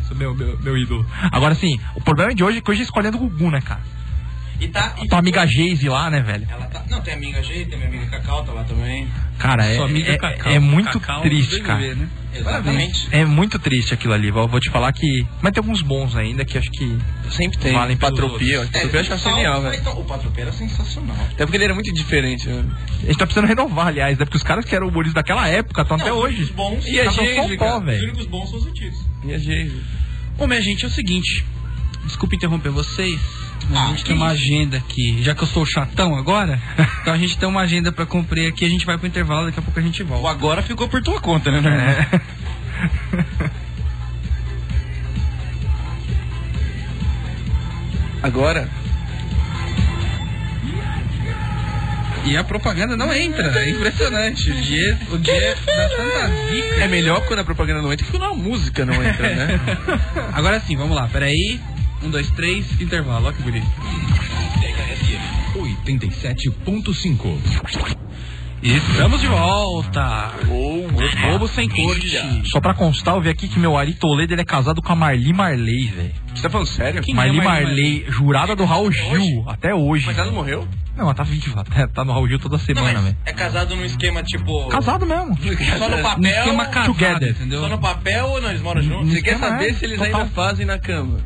B: Isso é meu, meu, meu ídolo. Agora sim, o problema de hoje é que hoje é escolhendo o Gugu, né, cara?
C: E tá. e-
B: Tua amiga Geise lá, né, velho?
C: Ela tá. Não, tem a amiga G, tem a minha amiga Cacau, tá lá também.
B: Cara, é,
J: né?
G: Sua amiga
B: é,
G: Cacau.
B: é muito
G: Cacau
B: triste,
G: do
B: cara.
G: BBB, né?
C: Exatamente.
B: É muito triste aquilo ali. Vou, vou te falar que. Mas tem alguns bons ainda que acho que.
J: Sempre tem.
B: Valem pelos
J: Patropia.
B: outros.
G: É,
J: Patropia eu acho é
C: Salve,
J: genial,
C: mas
J: velho.
C: então, O Patropé era sensacional.
J: Até porque ele era muito diferente. né?
B: A gente tá precisando renovar, aliás, né? Porque os caras que eram humoristas daquela época estão até
C: Não,
B: hoje.
C: Os bons,
J: E a
B: Tá só
J: Geise,
B: pó,
J: cara.
C: os
B: velho.
C: únicos bons são os antigos.
J: E a Geise.
G: Bom, minha gente, é o seguinte. Desculpa interromper vocês, mas
J: Ah,
G: a gente tem uma agenda aqui. Já que eu sou o chatão agora, então a gente tem uma agenda pra cumprir aqui. A gente vai pro intervalo, daqui a pouco a gente volta.
J: agora ficou por tua conta, né?
G: Agora?
L: E a propaganda não entra. É impressionante. O dia, o dia
G: tá
L: dá tanta zica.
G: É melhor quando a propaganda não entra que quando a música não entra, né?
L: Agora sim, vamos lá. Peraí. Um, dois, três, intervalo. Olha que bonito.
M: 87.5.
L: Estamos de volta.
G: Ou
L: Bobo sem corte.
B: Só pra constar, eu vi aqui que meu Ari Toledo ele é casado com a Marli Marley, velho.
G: Você tá falando sério?
L: Quem
B: Marli
L: é Marli
B: Marley, jurada do Raul Gil, até hoje.
G: Mas ela não morreu?
B: Não, ela tá viva, tá, tá no Raul Gil toda
C: Não,
B: semana,
C: mas
B: velho.
C: é casado num esquema tipo.
B: Casado mesmo.
C: Só no
L: Um
C: papel.
L: esquema casado,
B: Together.
L: entendeu?
C: Só no papel ou não? Eles moram juntos?
G: Você quer
B: esquema,
G: saber
B: é,
G: se eles
B: total.
G: ainda fazem na cama?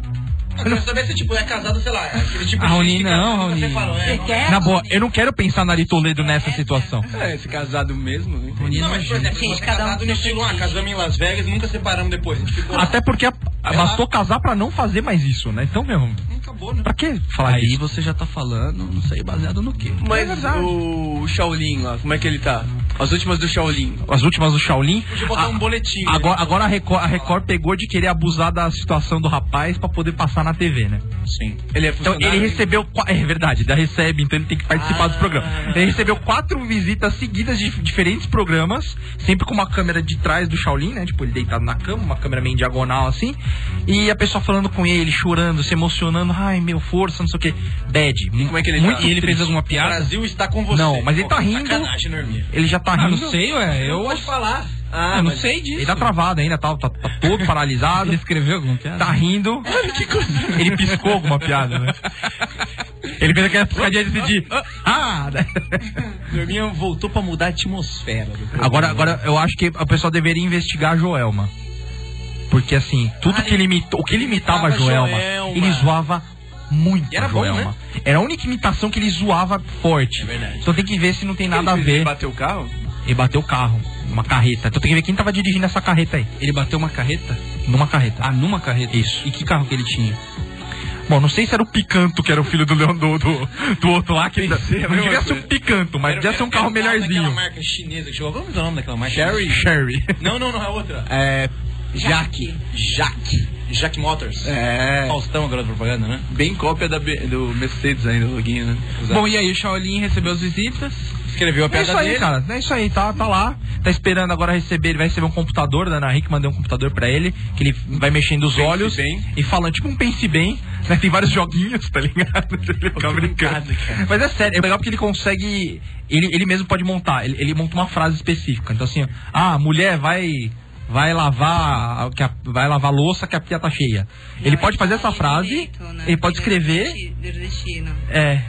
C: Eu quero saber se tipo, é casado, sei lá. é Aquele tipo
B: Ah,
C: de
B: Raoni,
C: gente que
B: não,
C: casou, Você
B: Raoni.
C: fala, é, não,
E: quer?
B: Na boa, eu não quero pensar na Ari Toledo nessa situação.
G: É, esse casado mesmo, né?
C: não, mas por exemplo,
E: Gente,
C: você é
E: cada um
C: casado
E: com
C: no
E: seu
C: estilo, ah, casamos em Las Vegas e nunca separamos depois. A gente ficou lá.
B: Até porque a- a- bastou casar pra não fazer mais isso, né? Então, meu,
C: Acabou, né?
B: pra que falar
L: Aí
B: disso?
L: você já tá falando, não sei baseado no quê.
G: Mas o Shaolin lá, como é que ele tá? As últimas do Shaolin.
B: As últimas do Shaolin.
C: Podia botar
B: a-
C: um boletim. né?
B: Ah, Agora, agora a, Record, a Record pegou de querer abusar da situação do rapaz pra poder passar na TV, né?
G: Sim. Ele é
B: Então
G: funcionário.
B: ele recebeu. qua- É verdade, da recebe, então ele tem que participar dos programas. Ele recebeu quatro visitas seguidas de diferentes programas, sempre com uma câmera de trás do Shaolin, né? Tipo, ele deitado na cama, uma câmera meio em diagonal assim. E a pessoa falando com ele, chorando, se emocionando. Ai, meu, força, não sei o quê. Bad.
G: como é que ele
B: Muito
G: tá?
L: E ele fez
B: triste.
L: alguma
C: O
L: piada?
C: Brasil está com você.
B: Não, mas ele tá
C: Pô,
B: rindo.
C: Sacanagem, Norminha.
B: Ele já tá
L: Ah,
B: rindo.
L: não sei, ué. Eu,
C: Pode falar.
L: ah,
C: Ah,
L: não
C: mas-
L: sei disso.
B: Ele tá travado ainda, tá, tá, tá todo paralisado.
L: Ele escreveu alguma piada?
B: Tá rindo. Ele piscou alguma piada, né? Ele fez aquela piscadinha de pedir. Ah! né?
C: Norminha voltou pra mudar a atmosfera. do programa.
B: Agora, agora eu acho que o pessoal deveria investigar a Joelma. Porque assim, tudo que limitou, o que limitava a
C: limitava a
B: Joelma,
C: Joelma.
B: ele zoava muito
C: E era
B: a
C: bom, né? É
B: Joelma. Era a única imitação que ele zoava forte.
C: verdade.
B: então tem que ver se não tem nada a
G: Tá Ele fez- ele
B: ver.
G: bateu o carro?
B: Ele bateu o carro, uma carreta. Então tem que ver quem tava dirigindo essa carreta aí.
L: Ele bateu uma carreta?
B: Numa carreta.
L: Ah, numa carreta?
B: Isso.
L: E que carro que ele tinha?
B: Bom, não sei se era o Picanto, que era o filho do Leão do, do, do outro lá, que
G: Pensei a
B: não devia
G: mesma
B: ser um
G: coisa.
B: Picanto, mas devia ser um carro
C: Aquela
B: melhorzinho.
C: marca chinesa que chegou. Vamos dar o nome daquela marca?
B: Sherry.
C: Não, não, não, é outra.
G: É.
C: Jaque. Jaque. Jaque Motors.
G: É.
C: Faustão agora da propaganda, né?
G: Bem cópia da B- do Mercedes ainda, o loguinho, né?
L: Bom, e aí, o Shaolin recebeu as visitas?
C: Escreveu a
B: Tá. É isso
C: piada
B: aí,
C: dele.
B: cara. É isso aí, tá, tá lá. Tá esperando agora receber. Ele vai receber um computador. Da Ana Rick mandei um computador pra ele. Que ele vai mexendo os olhos
G: bem.
B: e falando, tipo um pense bem. Né? Tem vários joguinhos, tá ligado? Ele fica brincando. Mas é sério, é legal porque ele consegue. Ele, ele mesmo pode montar. Ele, ele monta uma frase específica. Então, assim, ó, ah, mulher vai. Vai lavar, a- que a- vai lavar a louça que a pia tá cheia. Ele pode fazer essa frase, né?
E: né?
B: ele é pode escrever,
E: Nordestino.
B: é,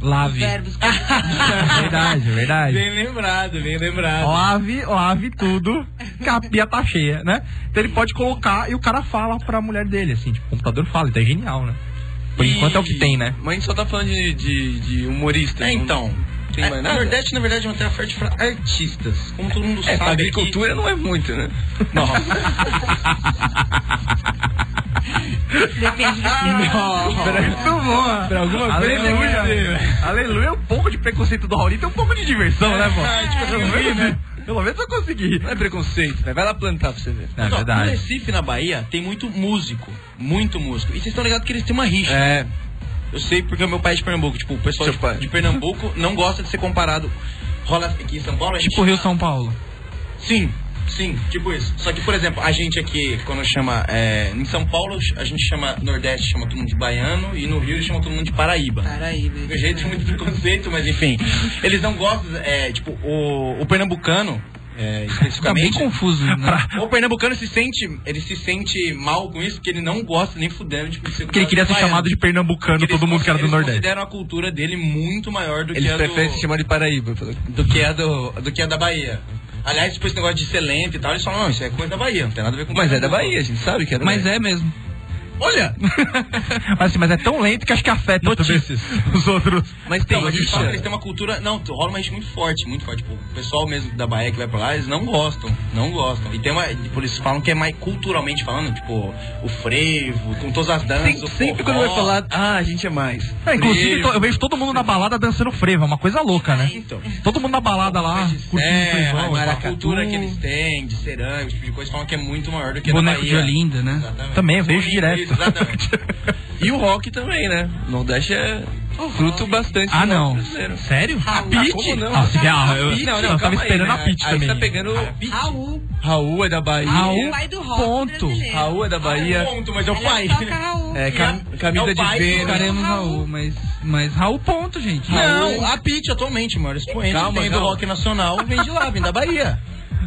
L: Lave.
E: Verbos que eles
B: verdade, é verdade.
C: Bem lembrado, bem lembrado.
B: Lave, lave tudo, que a pia tá cheia, né? Então ele pode colocar e o cara fala pra mulher dele, assim, tipo, o computador fala, então é genial, né? Por enquanto é o que tem, né?
G: Mas a gente só tá falando de, de, de humorista.
C: É,
G: não-
C: então.
G: Tem
C: É,
G: mais
C: na
G: nada?
C: verdade, na verdade, é uma terra forte pra artistas. Como todo mundo
G: É,
C: sabe.
G: pra
C: aqui-
G: agricultura não é muito, né?
E: Depende do
B: Muito Então, boa! Pra alguma
G: coisa,
B: Aleluia! Aleluia, um pouco de preconceito do Raulito é um pouco de diversão, né, pô? Pelo menos, né? Pelo menos eu consegui.
G: Não é preconceito, né? Vai lá plantar pra você ver.
B: É
C: Não, no
B: verdade.
C: Recife, na Bahia, tem muito músico. Muito músico. E vocês estão ligados que eles têm uma rixa.
G: É.
C: Eu sei porque o meu pai é de Pernambuco. Tipo, o pessoal
G: Seu pai.
C: de, de Pernambuco não gosta de ser comparado. Rola aqui em São Paulo. a gente-
L: Tipo Rio São Paulo.
C: Sim, sim, tipo isso. Só que, por exemplo, a gente aqui, quando chama. é, em São Paulo, a gente chama. Nordeste chama todo mundo de baiano. E no Rio, chama todo mundo de Paraíba.
E: Paraíba.
C: Do jeito muito preconceito, mas enfim. Eles não gostam. É, tipo, o, o pernambucano, é,
L: Tá bem
C: especificamente.
L: confuso, né?
C: O pernambucano se sente, ele se sente mal com isso, porque ele não gosta nem fudendo tipo, de ser
B: Porque ele queria ser
C: baiano.
L: é.
B: chamado de pernambucano,
C: Porque eles
B: todo mundo que era do
C: cons-
B: Nordeste.
C: Eles consideram a cultura dele muito maior do
G: Eles
C: que a
G: preferem
C: do,
G: se chamar de Paraíba.
C: do que a do, do que a da Bahia. Aliás, depois esse negócio de ser lento e tal, eles falam, não, isso é coisa da Bahia, não tem nada a ver com
G: Mas é da Bahia, a gente sabe que é da
L: Mas
G: Bahia.
L: é mesmo.
C: Olha!
B: Mas, assim, mas é tão lento que acho que afeta
G: Notícias.
B: também os outros.
G: Mas tem
C: Não, mas eles
G: rixa.
C: falam que eles têm uma cultura. Não, rola uma gente muito forte, muito forte. Tipo, o pessoal mesmo da Bahia que vai pra lá, eles não gostam. Não gostam. E tem uma. Por isso falam que é mais culturalmente falando, tipo, o frevo, com todas as danças.
G: Sempre-
C: o
G: sempre
C: forró.
G: quando vai falar, ah, a gente é mais.
B: É, inclusive,
G: Frevo.
B: to- eu vejo todo mundo na balada dançando frevo, é uma coisa louca, né?
C: Então.
B: Todo mundo na balada lá, curtindo
C: É,
B: frevão.
C: a
B: e tal.
C: cultura que eles têm, de cerâmica, esse tipo de coisa, falam que é muito maior do que a da
L: Boneco
C: Bahia.
L: de Olinda, né?
C: Exatamente.
B: Também, eu vejo direto.
C: Exatamente.
G: E o rock também, né? O Nordeste é fruto bastante
B: Ah,
G: do rock
B: não.
G: brasileiro.
B: Sério?
G: A Pitty?
B: não? Ah, se- ah, eu- não, eu tava esperando a Pitty
G: Aí
B: também.
G: você tá pegando...
E: Raul,
G: Raul é da Bahia.
E: Raul, pai do rock
B: ponto.
E: brasileiro.
G: Raul é da Bahia.
N: Ponto, mas é o
C: um
E: Ela
N: pai.
E: toca Raul.
G: É, cam- camisa de Vênus.
I: Queremos Raul, mas, mas Raul ponto, gente.
C: Não, a Pitty atualmente, maior expoente
G: Calma,
C: que tem do
G: calma.
C: rock nacional, vem de lá, vem da Bahia.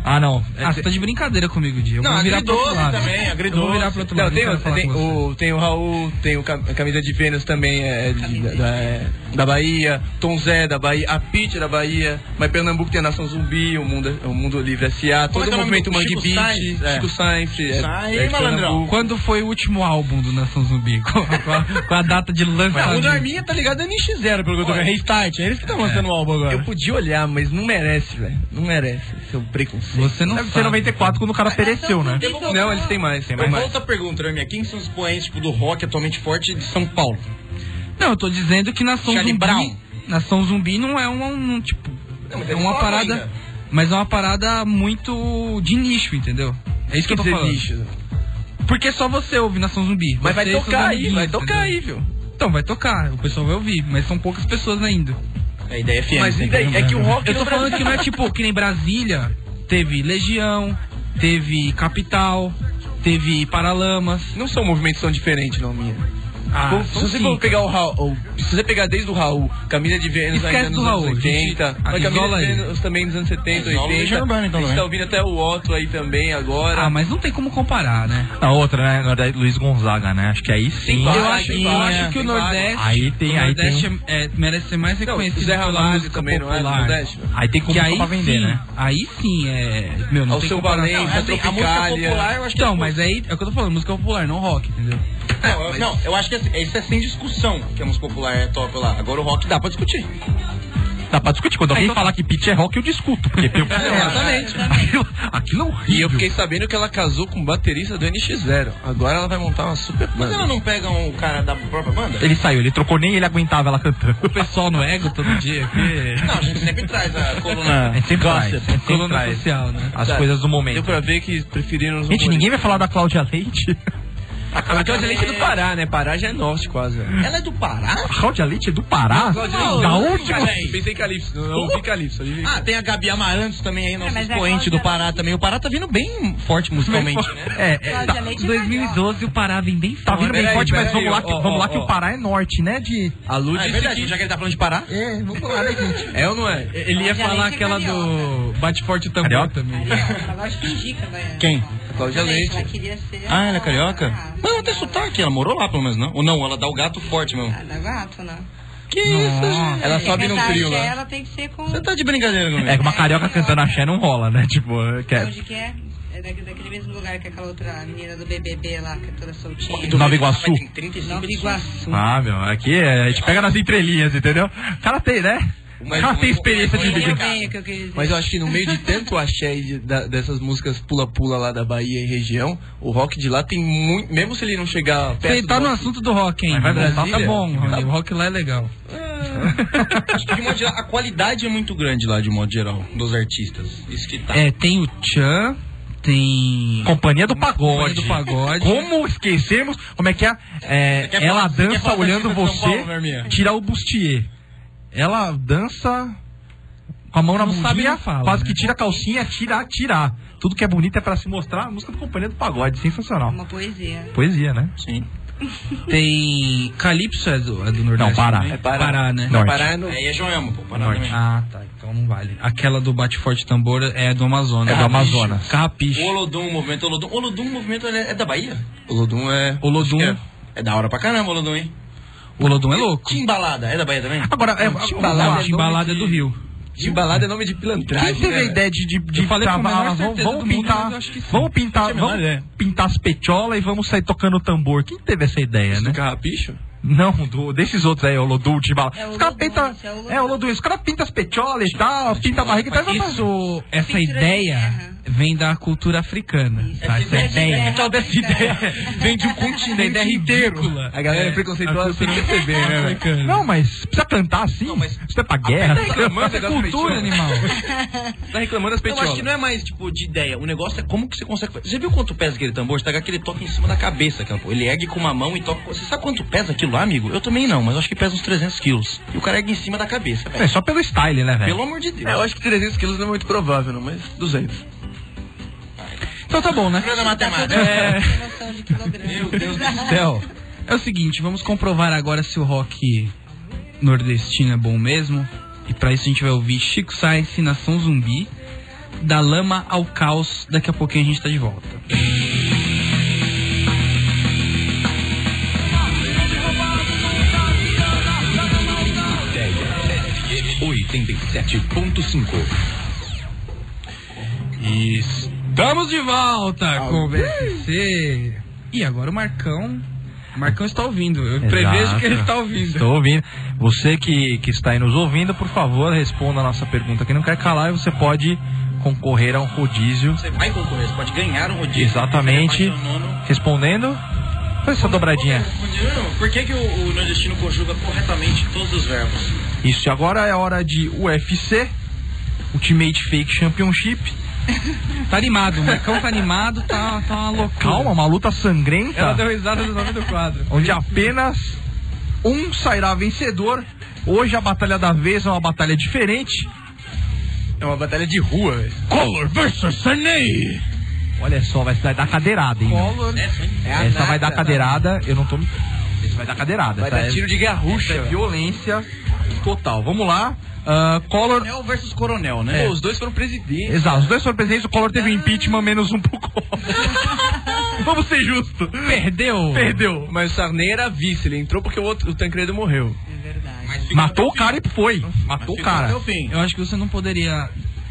B: Ah, não.
C: É
I: Ah, você tá de brincadeira comigo, Di. Eu vou virar pro outro lado.
B: É
C: também,
I: Eu vou virar
C: agridoce.
I: pro outro
G: Não,
I: lado.
G: tem,
I: eu
G: o-
I: quero falar
G: tem
I: com você.
G: o, tem o Raul, tem o cam- a camisa de Vênus também é de- da, é da Bahia, Tom Zé da Bahia, a Pitty da Bahia, mas Pernambuco tem a Nação Zumbi, o Mundo, é, o mundo Livre S.A.,
C: Como é
G: todo
C: que é
G: o
C: o nome
G: movimento
C: do-
G: Mangue
C: Chico Sainz?
G: Beat,
C: É.
G: Chico Sainz,
C: Sainz,
G: é, é de
C: hein, malandrão?
G: Pernambuco.
I: Quando foi o último álbum do Nação Zumbi? Com, com a, com a data de
C: Ah, O
I: lançamento?
C: Norminha tá ligado é NX0, pelo que eu tô vendo. Restart, é eles que estão lançando o álbum agora.
G: Eu podia olhar, mas não merece, velho. Não merece seu preconceito.
I: Você não
B: Deve ser
I: sabe.
B: 94 quando o cara pereceu, né?
G: Não, eles têm mais, tem
C: Mas
G: mais.
C: volta a pergunta, Norminha, quem são os expoentes tipo, do rock atualmente forte de São Paulo?
I: Não, eu tô dizendo que Nação
C: Charlie
I: Zumbi.
C: Brown.
I: Nação Zumbi não é um, um, tipo.
C: mas
I: é
C: eles
I: uma
C: falam
I: parada.
C: ainda.
I: Mas é uma parada muito de nicho, entendeu? É isso que eu tô
G: Quer dizer,
I: falando.
G: lixo.
I: Porque só você ouve Nação Zumbi.
G: Mas vai
I: Você e seus
C: um
G: tocar aí,
I: amiguinhos,
G: vai tocar aí,
I: entendeu?
G: viu?
I: Então, vai tocar, o pessoal vai ouvir, mas são poucas pessoas ainda.
C: É ideia FM.
G: Mas
C: tem
G: e daí? É que o rock
I: Eu tô
G: no Brasil-
I: falando que não é tipo que nem Brasília, teve Legião, teve Capital, teve Paralamas.
G: Não são movimentos tão diferentes, não, minha.
I: Ah,
G: Bom, se
I: são
G: você for
I: cinco.
G: pegar o Raul, se você pegar desde o Raul, camisa de Vênus
I: Esquece
G: ainda nos
I: do
G: anos
I: Raul,
G: 80,
I: gente.
G: mas
I: Isola
G: camisa de
I: aí.
G: Vênus também nos anos 70,
C: Isola o
G: 80.
C: Legião Urbana, então,
G: a gente
I: né?
C: também.
G: tá ouvindo até o Otto aí também
I: Ah,
G: agora.
I: mas não tem como comparar, né?
B: A outra, né? Na verdade, Luiz Gonzaga, né? Acho que aí sim.
G: várias,
I: eu, acho,
G: tem
I: eu
G: várias,
I: acho que o
G: tem várias.
I: Nordeste,
B: Aí tem-
I: o
B: aí tem. um-
I: Nordeste é- é- merece ser mais
G: Não,
I: reconhecido
G: Zé
I: pela
G: Ramalho
I: música
G: também, não é?
I: popular.
G: Do Nordeste?
B: Aí tem
I: que
B: como
I: aí
B: pra vender,
I: sim,
B: né?
I: Aí sim é. Meu, não
G: Ao
I: tem
G: seu
I: comparação.
G: Valente,
I: Não,
G: a
C: assim, a música popular,
G: Tropicália.
C: eu acho que
I: Então, mas aí é o que eu tô falando, música popular, não rock, entendeu?
C: Não, eu- não, eu acho que assim, isso é sem discussão, que a música popular é top lá. Agora o rock dá pra discutir.
B: Dá Tá pra discutir. Quando alguém
I: então- É,
B: falar que pitch é rock, eu discuto. Porque eu...
G: É, Exatamente.
B: aquilo, aquilo é horrível.
G: E eu fiquei sabendo que ela casou com o baterista do NX0. Agora ela vai montar uma super
C: Mas ela
I: é
G: banda.
C: não pega um cara da própria banda?
B: Ele saiu, ele trocou, nem ele aguentava ela cantando.
I: O um pessoal no ego todo dia, que
C: Não, a gente sempre traz a
B: A
G: Ah,
C: coluna.
B: gente É sempre traz, sempre
I: coluna
B: traz
I: social, né?
B: as coisas do
G: Deu
B: momento.
G: pra ver que preferiram os
B: Gente, ninguém vai falar da Cláudia Leite?
G: A Cláudia Leite é do Pará, né? Pará já é norte quase. né?
C: Ela é do Pará?
B: A Cláudia Leite é do Pará?
G: Não,
B: da
G: não,
B: onde?
G: cara,
B: você-
G: Pensei em Calypso. Não, não vi Calypso. ali vi-
C: Ah, tem a Gabi Amarantos também aí, nosso
E: mas é
C: expoente do
E: Cláudia
C: Pará
E: Leite.
C: também. O Pará tá vindo bem forte musicalmente, né?
B: É, é,
E: Cláudia Leite é maior.
I: o Pará vem bem
B: tá vindo bem
G: Peraí,
B: forte, mas
G: peraí,
B: vamos lá,
G: ó,
B: que,
G: ó,
B: vamos lá
G: ó,
B: que
G: ó.
B: o Pará é norte, né? De...
G: A Lu
C: Ah, é
G: disse
C: verdade,
G: que...
C: já que ele tá falando de Pará.
B: É, vamos lá, né, gente?
G: É ou não é?
I: Ele ia
E: Cláudia
I: falar
E: Leite é
I: aquela do
E: carioca.
I: Bate Forte o Tambor
B: Carioca?
I: também.
E: Carioca, ela gosta de fingir que ela é.
C: Quem?
E: A
G: Cláudia Leite.
E: Ela queria ser.
C: Ah, ela é carioca?
E: Ah,
C: Mas ela tem sotaque, ela morou lá pelo menos, não? Ou não, ela dá o gato forte mesmo.
E: Ela é gato, né?
C: Que isso, gente?
G: Ela sobe num
E: Cantar
G: trio
E: axé,
G: lá.
E: É Ela tem que ser com.
C: Você tá de brincadeira comigo?
G: né?
B: É, que uma carioca cantando axé não rola, né? Tipo, que é...
E: Onde que é? É daque- daquele mesmo lugar que aquela outra menina do BBB lá, que é toda soltinha.
B: Do Nova Iguaçu.
C: Tem 35
E: Nova
C: edições.
E: Iguaçu.
B: Ah, meu, aqui é, a gente pega nas entrelinhas, entendeu? O cara tem, né? O
G: Mas
B: cara
G: o-
B: tem experiência de
E: Entendeu
B: vida.
E: bem o que eu queria dizer.
G: Mas eu acho que no meio de tanto axé e de- da- dessas músicas pula-pula lá da Bahia e região, o rock de lá tem muito. Mesmo se ele não chegar perto.
I: Você tá
G: do
I: no
G: rock-
I: assunto do rock, hein?
B: Mas vai
I: Tá
B: Brasília?
I: bom,
B: Tá
I: Rony, o rock lá é legal.
C: Acho que tá de modo geral, a qualidade é muito grande lá, de modo geral, dos artistas. Isso que tá.
I: É, tem o Chan, tem.
B: Companhia do
I: Companhia
B: Pagode.
I: do Pagode.
B: Como esquecemos? Como é que é? É,
C: quer
B: ela
C: falar- você quer
B: dança
C: falar
B: olhando
C: da Cida São
B: você,
C: Paulo, Verminha?
B: tirar o bustier. Ela dança com a mão na
I: Não sabe,
B: bundinha,
I: não fala,
B: quase
I: né?
B: que tira a calcinha, tirar, tirar. Tudo que é bonito é pra se mostrar. A música do Companhia do Pagode, sensacional.
E: Uma poesia.
B: Poesia, né?
C: Sim.
I: Tem. Calypso é do, é do Nordeste.
B: Pará.
I: também?
B: É
G: Pará.
I: Pará, né?
B: Norte.
G: Pará é no.
C: Aí é Joelma, pô. Pará
B: Norte.
C: também.
I: Ah, tá. Então não vale. Aquela do Bate Forte Tambor é do Amazonas.
B: É do Amazonas.
I: Capiche.
C: O Olodum, o movimento Olodum. Olodum, o movimento ele é, é da Bahia?
G: Olodum é.
I: Olodum.
C: É. É da hora pra caramba, Olodum, hein?
I: Olodum é louco.
C: Timbalada, é da Bahia também?
B: Agora, é,
I: Timbalada,
B: vamos lá.
I: Timbalada é do Rio.
G: Timbalada é nome de
B: Quem
G: pilantragem.
B: teve a
G: né?
B: ideia de, de, de
I: Eu falei com a
B: travar,
I: menor
B: vamos,
I: certeza
B: vamos
I: do mundo,
B: pintar,
I: mas eu acho que sim.
B: vamos pintar,
I: Tinha a menor
B: vamos
I: ideia.
B: pintar as petiolas e vamos sair tocando tambor. Quem teve essa ideia,
G: Do
B: né?
G: carrapicho?
B: Não, do- desses outros aí, Olodum, Tibala.
E: É
B: os caras
E: Olodum,
B: pintam,
E: esse é Olodum.
B: é Olodum, os caras pintam as petiolas e tal, pinta a barriga e tal.
I: Isso, essa
E: Pintura de
I: ideia
E: guerra.
I: vem da cultura africana. Tá?
B: Ah,
I: Essa
B: é
E: é
I: ideia.
C: Então, dessa ideia. Vem de um
I: Essa
C: continente
I: ideia
C: inteiro.
I: ridícula.
G: A galera é preconceituosa sem
I: assim,
G: perceber, né? velho?
B: Não, mas precisa cantar assim? Não, mas precisa pra guerra?
G: tá reclamando
B: Isso é
G: das
B: cultura,
G: peitiolas.
B: animal.
G: Tá reclamando das
C: Eu acho que não
G: peitiolas.
C: é mais, tipo, de ideia. O negócio é como que você consegue... Você viu quanto pesa aquele tambor? Tá que ele toca em cima da cabeça, cara. Ele ergue com uma mão e toca... Você sabe quanto pesa aquilo lá, amigo? Eu também não, mas eu acho que pesa uns 300 quilos. E o cara ergue em cima da cabeça,
B: É
C: velho.
B: só pelo style, né, velho?
C: Pelo amor de Deus.
G: É, eu acho que 300 quilos não é muito provável, não, mas 200.
I: Então tá bom, né?
C: Programa matemática.
E: É. Noção de quilograma.
I: Theo, é o seguinte, vamos comprovar agora se o rock nordestino é bom mesmo. E pra isso a gente vai ouvir Chico Sainz, Nação Zumbi, da lama ao caos. Daqui a pouquinho a gente tá de volta. E Estamos de volta com o BSC. E agora o Marcão. O Marcão está ouvindo. Eu prevejo que ele está ouvindo.
G: Então
B: Estou tá ouvindo. Você que, que está aí nos ouvindo, por favor, responda a nossa pergunta. Quem não quer calar, e você pode concorrer a um rodízio.
C: Você vai concorrer, você pode ganhar um rodízio.
B: Exatamente.
C: Você é vai fazer o nono.
B: Respondendo. Faz essa dobradinha.
C: Por que, que o, o nordestino conjuga corretamente todos os verbos?
B: Isso, e agora é hora de UFC, Ultimate Fake Championship.
I: Tá animado, o Marcão tá animado, tá, tá uma loucura.
B: Calma, uma luta
I: Ela
G: tá.
B: sangrenta,
I: deu risada do nome do quadro.
B: onde apenas um sairá vencedor. Hoje a batalha da vez é uma batalha diferente.
G: É uma batalha de rua, velho.
B: Color versus Sanei. Olha só, vai vai dar cadeirada, hein?
G: É,
I: É
G: a
B: Essa vai
G: nata.
B: dar cadeirada, eu não tô. me- Essa é vai dar cadeirada.
G: Vai
B: essa
G: dar
B: é-
G: tiro de
B: essa é
G: garrucha.
B: violência total. Vamos lá. Ah, Collor.
C: Coronel versus coronel, né?
G: Pô, os dois foram presidentes.
B: Exato, os dois foram presidentes, o Collor teve um impeachment menos um pro Collor. Vamos ser justos.
I: Perdeu.
B: Perdeu.
G: Mas o Sarney era vice, ele entrou porque o, outro, o Tancredo morreu.
E: É verdade.
B: Matou o cara e foi. Matou o
C: Até o
B: cara.
C: fim.
I: Eu acho que você não poderia,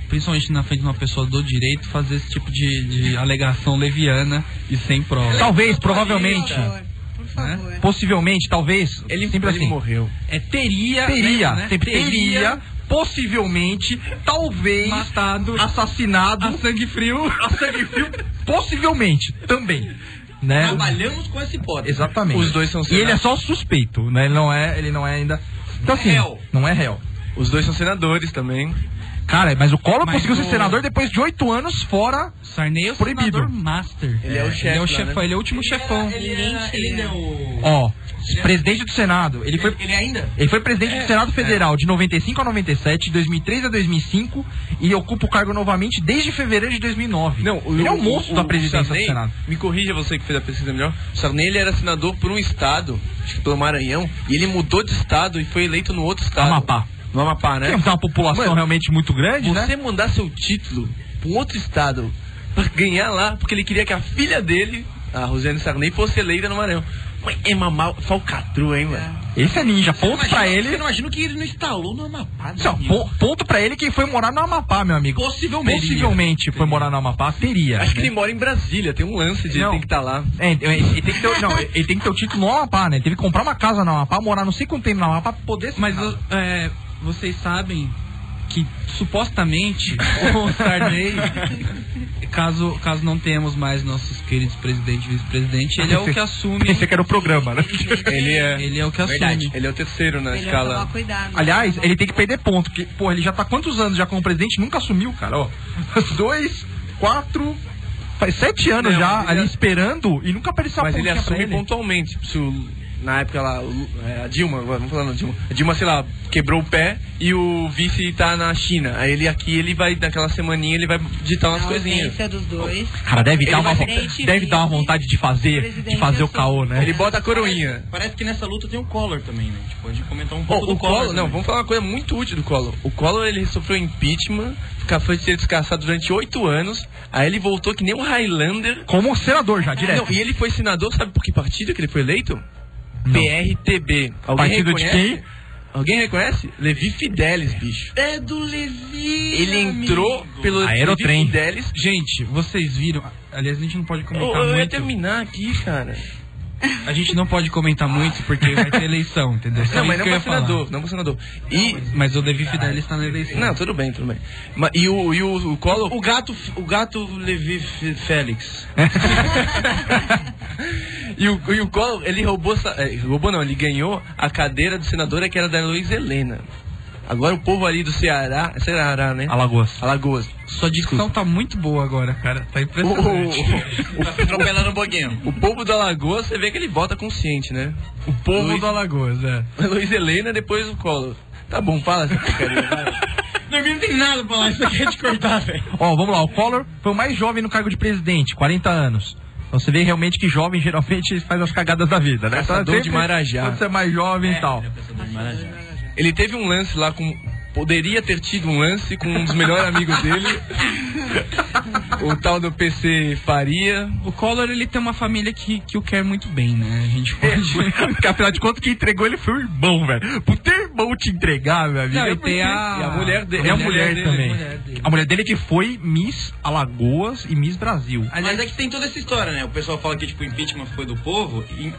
I: principalmente na frente de uma pessoa do direito, fazer esse tipo de, de alegação leviana e sem prova.
B: Talvez,
E: Por
B: provavelmente. Né?
E: favor. Por favor.
B: Possivelmente, talvez.
G: Ele,
B: sempre
G: ele
B: assim.
G: morreu.
I: É teria.
B: Teria,
I: né?
B: sempre teria, possivelmente, talvez,
I: Matado.
B: assassinado. A sangue frio. A sangue frio, possivelmente, também. Né?
C: Trabalhamos com essa hipótese.
B: Exatamente.
G: Os dois são
B: E ele é
G: senadores.
B: só suspeito, né? Ele não é, ele não é ainda. Então assim,
C: réu.
B: não é réu.
G: Os dois são senadores também.
B: Cara, mas o Collor
I: Mas
B: conseguiu ser
I: o-
B: senador depois de oito anos fora.
I: Sarney é o
B: Proibido.
I: senador master.
G: Ele é o chefe
I: Ele é o
G: lá,
I: chefão,
G: né?
I: ele é o último chefão.
C: Ele, era, ele, era o-
B: Ó, presidente do Senado. Ele foi,
C: ele ainda? É,
B: ele foi presidente do Senado Federal de 95 a 97, de 2003 a 2005 e ocupa o cargo novamente desde fevereiro de 2009.
G: Não, o,
B: ele é um monstro
G: o-
B: da
G: o
B: presidência
G: Sarney-
B: do Senado.
G: Me corrija você que fez a pesquisa melhor. O Sarney ele era senador por um estado, acho que pelo Maranhão, e ele mudou de estado e foi eleito no outro estado.
B: Amapá.
G: No Amapá,
B: Tem
G: né?
B: uma população
G: Mano,
B: realmente muito grande, né?
G: Você mandar seu título pra um outro estado pra ganhar lá, porque ele queria que a filha dele, a Rosiane Sarney, fosse eleita no Maranhão. Ué, É uma mal- falcatrua, hein, mano?
B: Esse é ninja. Ponto pra
C: Você
B: ele.
C: não imagina que ele não instalou no Amapá.
B: Assim, ó,
C: né?
B: pon- ponto pra ele que foi morar no Amapá, meu amigo.
C: Possivelmente.
B: Possivelmente foi morar no Amapá,
I: É,
B: teria.
I: né?
G: Acho que ele mora em Brasília, tem um lance de
B: Não.
G: ele tem que estar lá.
B: É, então, ele ele tem que ter, não, ele tem que ter o título no Amapá, né? Ele teve que comprar uma casa no Amapá, morar não sei quanto tempo no Amapá pra poder ser
I: Mas
B: senador.
I: é, vocês sabem que supostamente o Sarney, caso, caso não tenhamos mais nossos queridos presidente e vice-presidente, ele é o que assume.
B: Pensei que era o programa, né?
G: Ele é.
I: Ele é o que assume.
G: Ele é o terceiro na
E: Melhor
G: escala.
E: tomar cuidado. né?
B: Aliás,
E: Tomar
B: ele tem que perder ponto, porque, pô, ele já tá quantos anos já como presidente? Nunca assumiu, cara, ó. Dois, quatro, faz sete anos
G: Não,
B: já
G: mas
B: ali
G: ele- é-
B: esperando e nunca apareceu a
G: Mas ele
B: pontinha pra
G: assume pontualmente. Se o- na época lá, o Lu- é, a Dilma, agora, vamos falar na Dilma. A Dilma, sei lá, quebrou o pé e o vice tá na China. Aí ele aqui, ele vai, naquela semaninha, ele vai digitar umas
E: na
G: coisinhas.
E: ausência dos dois.
B: Cara, deve dar, uma, vo-
E: Presidente
B: deve dar uma
E: livre.
B: vontade de fazer, de
E: Presidente
B: fazer o
E: assume.
B: caô, né?
G: Ele bota a coroinha.
C: Parece que nessa luta tem o Collor também, né? A gente pode comentar um
G: Ó,
C: pouco do
G: Oh, o Collor, não,
C: também.
G: vamos falar uma coisa muito útil do Collor. O Collor, ele sofreu impeachment, fica- foi ser descassado durante oito anos, aí ele voltou que nem um Highlander.
B: Como senador já,
G: Ah, Não,
B: direto.
G: e ele foi senador, sabe por que partido que ele foi eleito? PRTB. Alguém
B: Partido de
G: reconhece?
B: quem?
G: Alguém reconhece? Levi Fidelis, bicho.
C: É do Levi.
G: Ele entrou pelo
B: Aerotrem. tá
G: Levi Fidelis.
I: Gente, vocês viram. Aliás, a gente não pode
G: Ô,
I: comentar
G: eu ia
I: muito.
G: terminar aqui, cara.
I: A gente não pode comentar muito porque vai ter eleição, entendeu? Só
G: Não, mas
I: isso
G: não
I: que eu ia
G: pra
I: falar.
G: senador, não pra senador. E.
I: Mas o Levi Fidel está na eleição.
G: Não, tudo bem, tudo bem. Mas, e o, e o, o Collor.
C: O gato, o gato Levi F- Félix.
G: E o, e o Collor, ele roubou, essa- eh, roubou não, ele ganhou a cadeira do senador que era da Luiz Helena. Agora o povo ali do Ceará, Ceará, né?
B: Alagoas.
G: Alagoas.
I: Sua discussão tá muito boa agora, cara. Tá
G: O, o,
I: impressionante.
G: o,
C: Atropelando o Boguinho.
G: o- o povo do Alagoas, você vê que ele vota consciente, né? O povo
I: Povo
G: Luiz,
I: do Alagoas, é.
G: Luiz Helena, depois o Collor. Tá bom, fala essa porcaria, vai.
C: Dormir não tem nada pra lá, isso aqui é de cortar, velho.
B: Ó, vamos lá. O Collor foi o mais jovem no cargo de presidente, 40 anos. Então você vê realmente que jovem geralmente faz as cagadas da vida, né?
G: Caçador
B: Então,
G: de Marajá.
B: Quando você é mais jovem e tal.
G: Ele teve um lance lá com. Poderia ter tido um lance com um dos melhores amigos dele. o tal do PC Faria.
I: O Collor, ele tem uma família que, que o quer muito bem, né? A gente
G: É.
I: pode...
B: Porque afinal de contas, quem entregou ele foi o irmão, velho. Por ter irmão te entregar, meu amigo.
I: Não, e
B: é porque-
I: tem a-
B: e a mulher dele.
I: a
B: É a
I: mulher
B: mulher
I: dele,
B: também.
I: a mulher dele.
B: A mulher dele que foi Miss Alagoas e Miss Brasil.
C: Mas é que tem toda essa história, né? O pessoal fala que, tipo, o impeachment foi do povo e,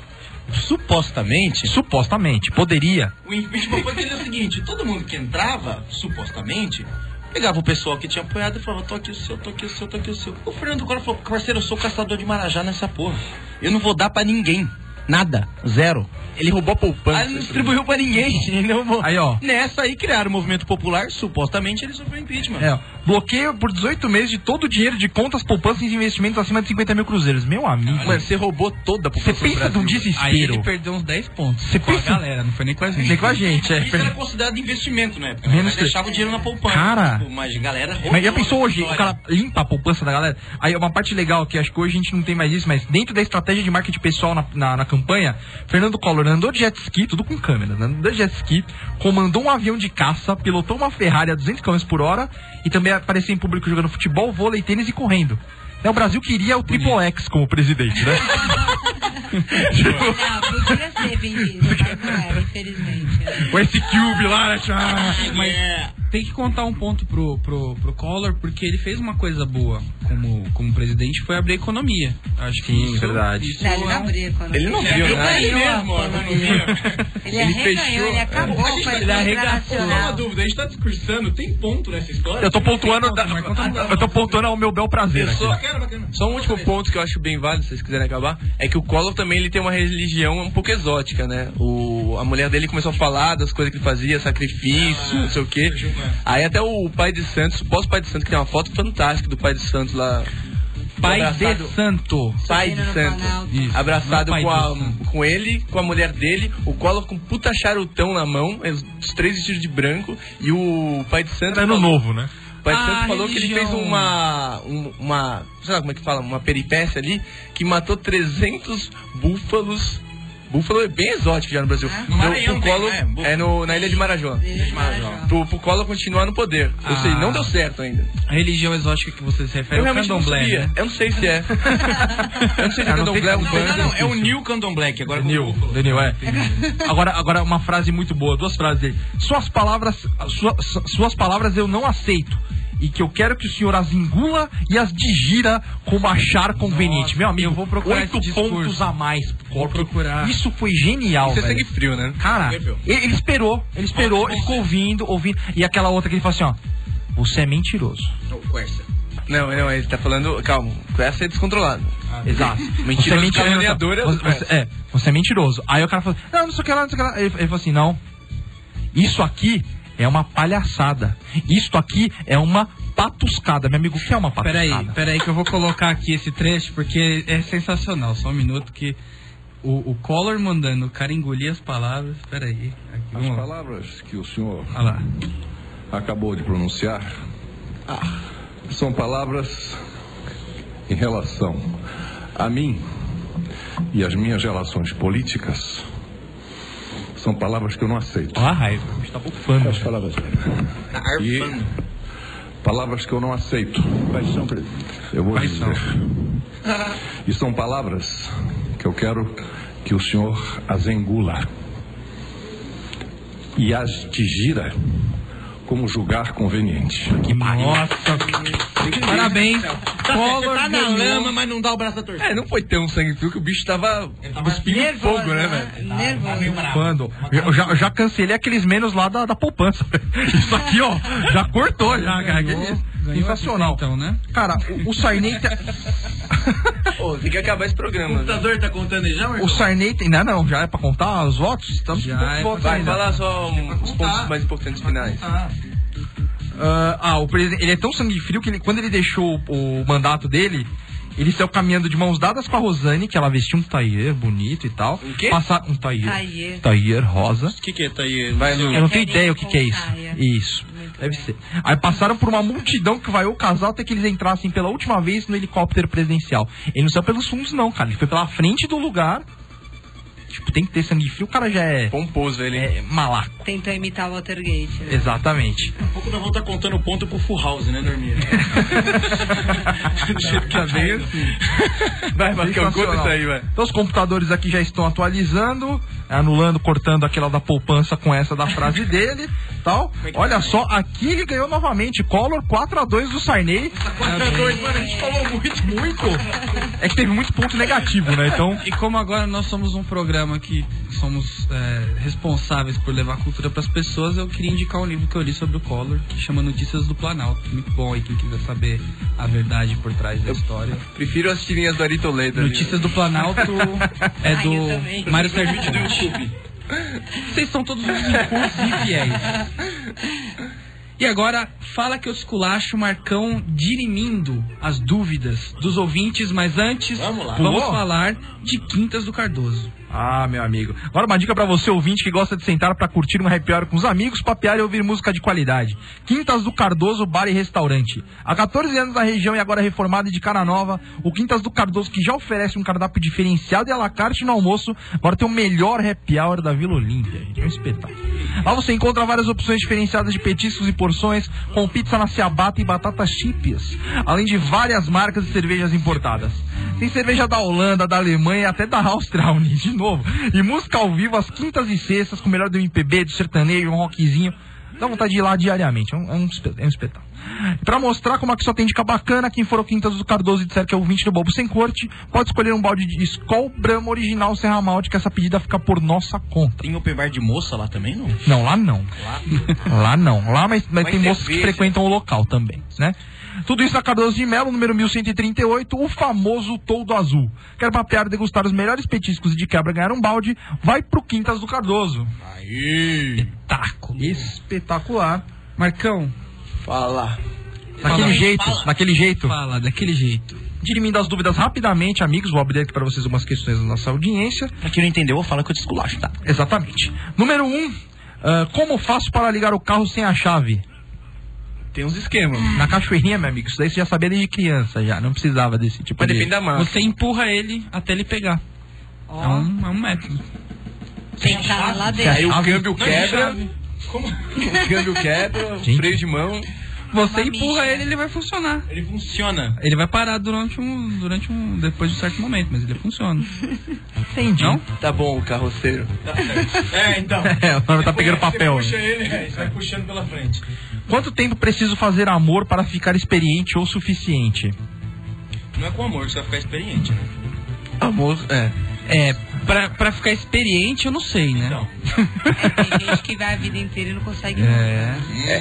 C: supostamente,
B: Supostamente. Poderia.
C: o impeachment foi aquele seguinte, todo mundo que entrava, supostamente, pegava o pessoal que tinha apoiado e falava, tô aqui o seu, tô aqui o seu, tô aqui o seu. O Fernando Collor falou, parceiro, eu sou caçador de marajá nessa porra. Eu não vou dar pra ninguém. Nada. Zero.
G: Ele roubou a poupança.
C: Aí não distribuiu pra ninguém. entendeu?
B: Aí, ó.
C: Nessa aí criaram o movimento popular, supostamente ele sofreu impeachment.
B: É, ó. bloqueio por 18 meses de todo o dinheiro de contas, poupanças e investimentos acima de 50 mil cruzeiros. Meu amigo.
G: Mano, você roubou toda a
B: Você
G: poupança.
B: pensa
G: do
B: num
G: Brasil.
I: Aí ele
B: desespero.
I: perdeu uns 10 pontos.
B: Você
I: com a
B: pensa-
I: galera, não foi nem com a gente.
B: Nem com a gente, é.
C: Isso era considerado investimento na época.
B: Menos
C: Menos
B: que-
C: deixava o dinheiro na poupança.
B: Cara.
C: Tipo, mas galera.
B: Mas já pensou hoje, o cara limpa a poupança da galera? Aí uma parte legal que acho que hoje a gente não tem mais isso, mas dentro da estratégia de marketing pessoal na, na, na campanha, Fernando Collor andou de jet ski, tudo com câmera, né? andou de jet ski, comandou um avião de caça, pilotou uma Ferrari a 200 km por hora e também apareceu em público jogando futebol, vôlei, tênis e correndo. Né, O Brasil queria o Triple X como presidente, né?
E: Ah, podia ser vendido, mas né? não era, infelizmente. né?
B: Com esse cube lá, né? Ah,
I: Mas tem que contar um ponto pro, pro, pro Collor, porque ele fez uma coisa boa como, como presidente, foi abrir a economia. Acho que
B: Sim,
I: isso,
B: verdade.
I: isso
E: Não, ele
I: é
E: não
I: um-
E: abriu quando
G: Ele não viu nada.
E: Ele mesmo, Ele, arreganhou, ele acabou
C: A gente-
E: com a
C: ele
E: economia
C: arregaçou. Só uma
E: nacional.
C: dúvida, a gente tá discursando, tem ponto nessa história?
B: Eu tô pontuando, da- eu tô pontuando ao meu bel prazer. aqui. né?
C: Bacana, bacana.
G: Só um último ponto que eu acho bem válido, se vocês quiserem acabar, é que o Collor também ele tem uma religião um pouco exótica, né? O, a mulher dele começou a falar das coisas que ele fazia, sacrifício, não sei o quê. Aí até o pai de Santos, o suposto pai de Santos, que tem uma foto fantástica do pai de Santos lá.
I: Pai
G: abraçado-
I: de santo.
G: Pai de
E: Subindo no
G: Santos.
E: Planalto.
G: Isso. Abraçado
I: Não é pai
G: com, a-
I: do santo.
G: com ele, com a mulher dele, o Collor com um puta charutão na mão, é os os três vestidos de branco, e o pai de Santos.
I: Tá
B: Ano
G: falou-
B: novo, né?
G: o pai de
I: Ah,
G: Santos falou que ele
I: religião.
G: fez uma, um- uma. Sei lá como é que fala? Uma peripécia ali que matou 300 búfalos. Búfalo é bem exótico já no Brasil.
E: Ah.
G: Pro-
C: É? Maranhão
G: pro
C: tem,
G: Collor-
C: né? Búfalo.
G: é no- na ilha de Marajó.
E: Ele de Marajó.
G: Pro, pro Collor continuar no poder. Eu sei, não deu certo ainda.
I: A religião exótica que você se refere
G: eu
I: é Ah. o
G: realmente não
I: candomblé,
G: sabia.
I: né?
G: Eu não sei se é. eu não sei se
B: Ah, não
G: candomblé é um
B: tem-
C: Não,
G: bando.
C: não, não, é o New Candom Black, agora com
B: Daniel,
C: o Búfalo.
B: Daniel, é. Agora, agora uma frase muito boa, duas frases dele. Suas palavras, sua- su- suas palavras eu não aceito. E que eu quero que o senhor as engula e as digira como achar conveniente. Meu amigo,
I: eu vou procurar
B: oito
I: esse discurso.
B: pontos a mais. pro
I: Vou
B: Corte.
I: procurar.
B: Isso foi genial,
G: Isso é
B: velho.
G: sangue frio, né?
B: Cara, ele, ele esperou, ele esperou, ele ficou ouvindo, ouvindo. E aquela outra que ele falou assim, ó. Você é mentiroso.
G: Não, não, ele tá falando. Calma, com essa é descontrolado.
B: Exato.
G: Mentiroso, caluniador é
B: é você,
G: outro
B: você- é, você é mentiroso. Aí o cara falou, não, não sei o que lá, não sei o que lá. Ele, ele falou assim, não. Isso aqui é uma palhaçada. Isto aqui é uma patuscada. Meu amigo, o que é uma
I: Peraí,
B: patuscada?
I: peraí que eu vou colocar aqui esse trecho porque é sensacional. Só um minuto que o, o Collor mandando o cara engolir as palavras. Peraí. Aqui, vamos
A: As
I: lá.
A: palavras que o senhor
I: Olha lá.
A: acabou de pronunciar ah, são palavras em relação a mim e às minhas relações políticas. São palavras que eu não aceito.
B: Olha a raiva, o bicho tá bufando.
A: As palavras. E palavras que eu não aceito. Quais são, Eu vou
I: Quais
A: dizer. E são palavras que eu quero que o senhor as engula e as digira como julgar conveniente.
B: Que Nossa,
I: Parabéns.
N: Collor tá na lama, mas não dá o braço da torcida.
G: É, não foi tão sangue frio que o bicho tava cuspindo fogo, né, velho?
E: Nervoso.
B: Quando? Eu já, eu já cancelei aqueles menos lá da, da poupança. Isso aqui, ó, já cortou, já, cara. Que isso? Sensacional.
I: Então, né?
B: Cara, o, o Sarney. tem-
G: Pô, tem que acabar esse
N: O
G: programa.
N: computador tá contando aí já,
B: O
N: Marcão?
B: Sarney tem. Não, não, já é pra contar os votos? Estamos
I: Já é
B: com poucos
I: pra
B: votos
G: Vai,
B: ainda.
G: vai lá só um, os pontos mais importantes finais.
B: Ah, ah, o presidente, ele é tão sangue frio que ele- quando ele deixou o, o mandato dele, ele saiu caminhando de mãos dadas com a Rosane, que ela vestia um taier bonito e tal.
G: Um quê?
B: Passa, um taier.
E: Taier.
B: Taier rosa.
G: O que que é, Thaí? Vai, Lu.
B: Eu não tenho
E: Querem
B: ideia o que, que é isso.
E: com saia.
B: Isso.
E: Muito
B: Deve
E: bem.
B: ser. Aí passaram por uma multidão que vaiou o casal até que eles entrassem pela última vez no helicóptero presidencial. Ele não saiu pelos fundos, não, cara. Ele foi pela frente do lugar. Tipo, tem que ter sangue frio, o cara já é,
G: Pomposo ele.
B: é malaco.
E: Tentou imitar o Watergate, né?
B: Exatamente.
N: Daqui a pouco nós vamos estar contando ponto pro Full House, né, Norminha?
G: Tá bem assim. Vai,
B: Ah, é,
G: Marcão, conta
B: Sensacional.
G: isso aí, vai.
B: Então os computadores aqui já estão atualizando, é, anulando, cortando aquela da poupança com essa da frase dele, tal. Olha só, aqui ele ganhou novamente, Collor 4 a 2 do Sarney.
N: Mano, a gente falou muito.
B: Muito. É que teve muito ponto negativo, né? Então,
I: E como agora nós somos um programa que somos é, responsáveis por levar cultura pras pessoas, eu queria indicar um livro que eu li sobre o Collor, que chama Notícias do Planalto. Muito bom aí quem quiser saber a verdade por trás da história.
G: Prefiro as tirinhas do Ari Toledo. ali.
I: Notícias do Planalto é
E: Ah, eu também.
I: do Mário Sérgio do YouTube. Vocês são todos incursos e fiéis. E agora, fala que eu esculacho, Marcão, dirimindo as dúvidas dos ouvintes, mas antes,
N: Vamos lá.
I: vamos
B: Pulou?
I: falar de Quintas do Cardoso.
B: ah, meu amigo. Agora uma dica pra você ouvinte que gosta de sentar pra curtir um happy hour com os amigos, papear e ouvir música de qualidade. Quintas do Cardoso Bar e Restaurante. Há 14 anos na região e agora reformado e de cara nova, o Quintas do Cardoso que já oferece um cardápio diferenciado e à la carte no almoço, agora tem o melhor happy hour da Vila Olímpia, gente. É um espetáculo. Lá você encontra várias opções diferenciadas de petiscos e porções, com pizza na ciabatta e batatas chips, além de várias marcas de cervejas importadas. Tem cerveja da Holanda, da Alemanha e até da Áustria, Uni, de novo. E música ao vivo às quintas e sextas, com o melhor do MPB, do sertanejo, um rockzinho. Dá vontade de ir lá diariamente, é um, é um espe- é um espetáculo. Pra mostrar como é que só tem dica bacana, quem for ao Quintas do Cardoso e disser que é ouvinte do Bobo Sem Corte, pode escolher um balde de Skol Brahma Original Serra Malte, que essa pedida fica por nossa conta.
N: Tem open bar de moça lá também, não?
B: Não, lá não. Lá não. Lá, mas, mas
G: Mas
B: tem moços que
G: cerveja.
B: frequentam o local também, né? Tudo isso na Cardoso de Melo, número 1138, o famoso Toldo Azul. Quer papear, degustar os melhores petiscos e de quebra ganhar um balde? Vai pro Quintas do Cardoso. Tá,
G: Aí.
I: Espetáculo.
B: Espetacular.
I: Marcão,
G: Fala.
B: Daquele jeito, daquele jeito.
I: fala daquele jeito.
B: Dirimindo as dúvidas rapidamente, amigos, vou abrir aqui para vocês umas questões da nossa audiência.
N: Pra quem não entendeu, eu falo que eu desculacho, tá?
B: Exatamente. Número 1, um, ah, como faço para ligar o carro sem a chave?
G: Tem uns esquemas.
B: Na cachoeirinha, meu amigo, isso daí você já sabia desde criança, já. Não precisava desse tipo
G: Mas
B: de...
G: depende da marca.
I: Você empurra ele até ele pegar. É,
E: Ó,
I: um, é um método.
E: tem cara lá
G: Aí
E: dentro. né?
G: o
B: Chave.
G: câmbio
N: Não,
G: quebra.
N: chave.
G: O câmbio quebra, o
B: Gente.
G: freio de mão.
I: Você
E: Uma
I: empurra
E: mística.
I: ele, ele vai funcionar.
N: Ele funciona.
I: Ele vai parar durante um, durante um, depois de um certo momento, mas ele funciona.
B: Entendi.
I: Não?
G: Tá bom, o carroceiro.
N: É, então.
B: É, o Norman tá pegando papel.
N: Você puxa ele, é, você vai puxando pela frente.
B: Quanto tempo preciso fazer amor para ficar experiente ou suficiente?
N: Não é com amor que você vai ficar experiente, né?
G: Amor, é.
I: É, pra, pra ficar experiente, eu não sei, né?
N: Então.
E: É, tem gente que vai a vida inteira e não consegue.
B: É.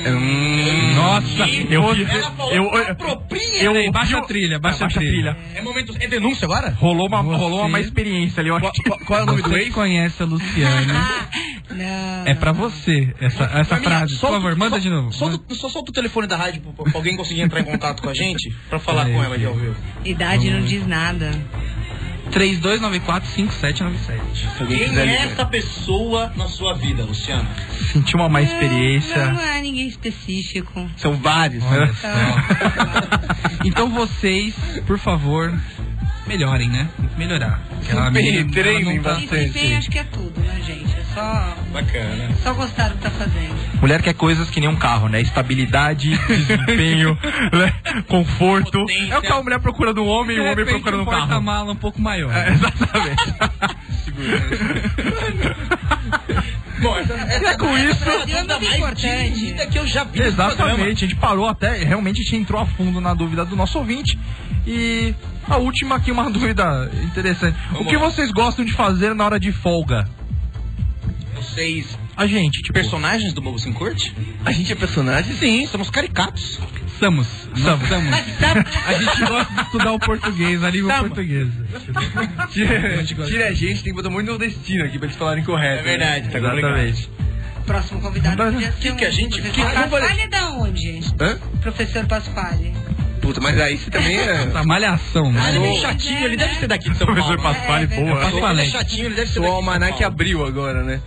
G: É, hum,
B: Nossa, eu
N: Ela falou que
B: eu,
G: tá
B: eu-
N: apropria.
C: né?
B: eu-
I: Peraí, baixa
B: eu-
I: a trilha, um Ah, baixa,
B: Baixa a trilha.
N: É momento. É denúncia agora?
B: Rolou uma,
I: Você-
B: rolou uma má experiência ali, eu acho.
G: qual, qual- qual é o nome do
I: Você que
G: ex?
I: conhece a
B: né?
I: Luciana,
E: Não.
I: é pra você essa, essa
N: Norminha,
I: frase. Por
N: solta-
I: favor, manda
N: sol-
I: de novo.
N: solta- só solta o telefone da rádio pra, pra alguém conseguir entrar em contato com a gente pra falar
B: É,
N: com ela de ao vivo.
E: Idade não diz nada.
I: 32945797.
G: Se alguém
N: Quem
G: quiser
N: é
G: ligar.
N: essa pessoa na sua vida, Luciana?
B: Senti uma má
E: Não,
B: experiência. É.
E: não é ninguém específico.
G: São vários.
I: Olha
G: né?
I: só. Então vocês, por favor, melhorem, né? Tem que melhorar. Aquela
G: Sim,
I: menina, ela
G: treinem
I: não
B: Ah,
I: tá-
E: E se bem, acho que é tudo, né, gente? É só,
N: Bacana.
E: só gostar do que tá fazendo.
B: Mulher quer coisas que nem um carro, né? Estabilidade, desempenho, né? conforto.
N: Potência.
B: É o que a mulher procura do homem
I: De
B: e o homem
I: repente,
B: procura
I: um
B: no carro.
I: porta-mala um pouco maior.
B: É, exatamente.
C: Bom, essa, essa
B: com isso-
C: essa é a dúvida
E: Muito
C: mais
E: importante.
C: dívida É que eu já vi nesse programa.
B: Exatamente, a gente parou até, realmente a gente entrou a fundo na dúvida do nosso ouvinte. E a última aqui, uma dúvida interessante. o que vocês gostam de fazer na hora de folga?
C: Vocês,
B: A gente, tipo.
C: personagens do Bobo Sem Corte?
G: A gente é personagem?
C: Sim, somos caricatos.
I: Estamos. Estamos.
B: A gente gosta de estudar o português, a língua portuguesa.
G: Tira, tira a gente, tem que botar muito nordestino aqui pra eles falarem correto.
C: É verdade,
G: né?
C: tá
G: Exatamente.
E: Próximo convidado podia ser
C: Que que a
E: um
C: gente-
E: professor
C: que- que-
E: Pasquale é da onde?
G: Hã?
E: Professor Pasquale.
G: Puta, mas aí você também é.
I: Essa malhação, né?
C: Ah, ele é meio
E: Sou-
C: chatinho, ele deve ser daqui de São Paulo. né?
B: Professor Pasquale,
E: É, é
B: boa.
C: Ele é chatinho, ele deve ser
G: O
C: daqui de São
G: almanac
C: Paulo.
G: abriu agora, né?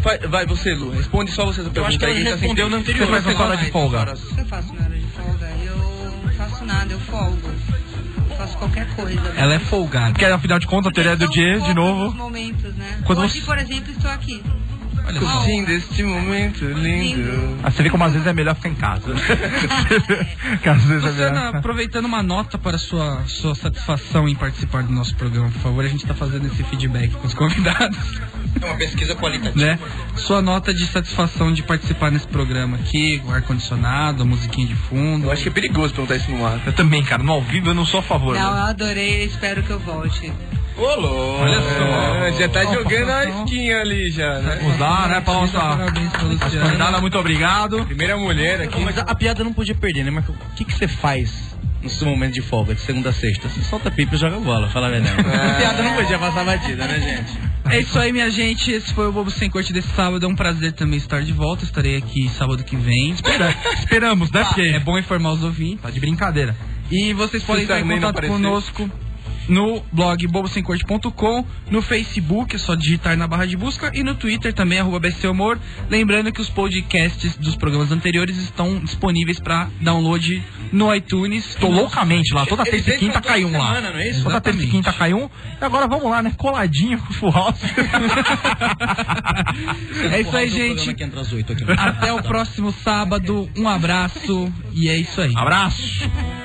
G: Vai, vai você, Lu, responde só você essa pergunta.
C: Eu acho que
G: aí,
C: ele
G: tá sem
C: respondeu
G: tempo.
C: no anterior.
B: Você faz na
C: sei lá,
B: hora de
C: mas-
B: folga?
E: O que eu faço na hora de folga? Eu não faço nada, eu folgo. Eu faço qualquer coisa.
I: Ela é folgada.
B: Porque afinal de contas, a teoria do
C: é um
E: São
B: dia, de
E: poucos os
B: novo.
E: momentos, né?
B: Quando você-
E: Hoje, por exemplo, estou aqui.
I: Olha só.
G: Curtindo este momento lindo.
E: Lindo.
B: Ah, você vê como às vezes é melhor ficar em casa. que às vezes é melhor.
I: Luciana,
B: ficar-
I: aproveitando uma nota para sua, sua satisfação em participar do nosso programa, por favor, a gente está fazendo esse feedback com os convidados,
C: É uma pesquisa qualitativa.
I: né? Sua nota de satisfação de participar nesse programa aqui, o ar-condicionado, a musiquinha de fundo.
G: Eu acho que é perigoso perguntar isso no ar.
B: Eu também, cara, no ao vivo eu não sou a favor.
E: Não,
B: né?
E: eu adorei, espero que eu volte.
G: Ô, louco. Olha
I: só.
G: já tá
I: Ó,
G: jogando a
I: ó.
G: esquinha ali já, né?
B: Mudar, né, pra nossa
I: Parabéns pra Luciana.
B: convidada, muito obrigado.
G: Primeira mulher aqui.
C: Bom, Mas a, a piada não podia perder, né, Marco? O que que você faz no seu momento de folga, de segunda a sexta? Você solta pipa e joga bola, fala a verdade. a piada não podia passar batida, né, gente?
I: É isso aí, minha gente. Esse foi o Bobo Sem Corte desse sábado. É um prazer também estar de volta. Estarei aqui sábado que vem.
B: Esperamos, né? Porque
I: É bom informar os ouvintes.
B: Tá de brincadeira.
I: E vocês podem
G: César
I: entrar em
G: Ney não
I: contato
G: apareceu.
I: conosco no blog bobosemcorte.com, no Facebook, é só digitar na barra de busca, e no Twitter também, arroba BC Humor. Lembrando que os podcasts dos programas anteriores estão disponíveis para download no iTunes.
B: Tô loucamente lá, toda
C: Eles
B: terça e
C: entram
B: quinta
C: toda
B: cai um lá.
C: semana, não é isso?
B: Toda terça e
I: Exatamente.
B: quinta cai um. E agora vamos lá, né? Coladinho com o Full House.
I: É isso aí,
C: Porra, do programa
I: gente.
C: que entra às oito aqui.
I: Até o próximo sábado. Um abraço e é isso aí.
B: Abraço.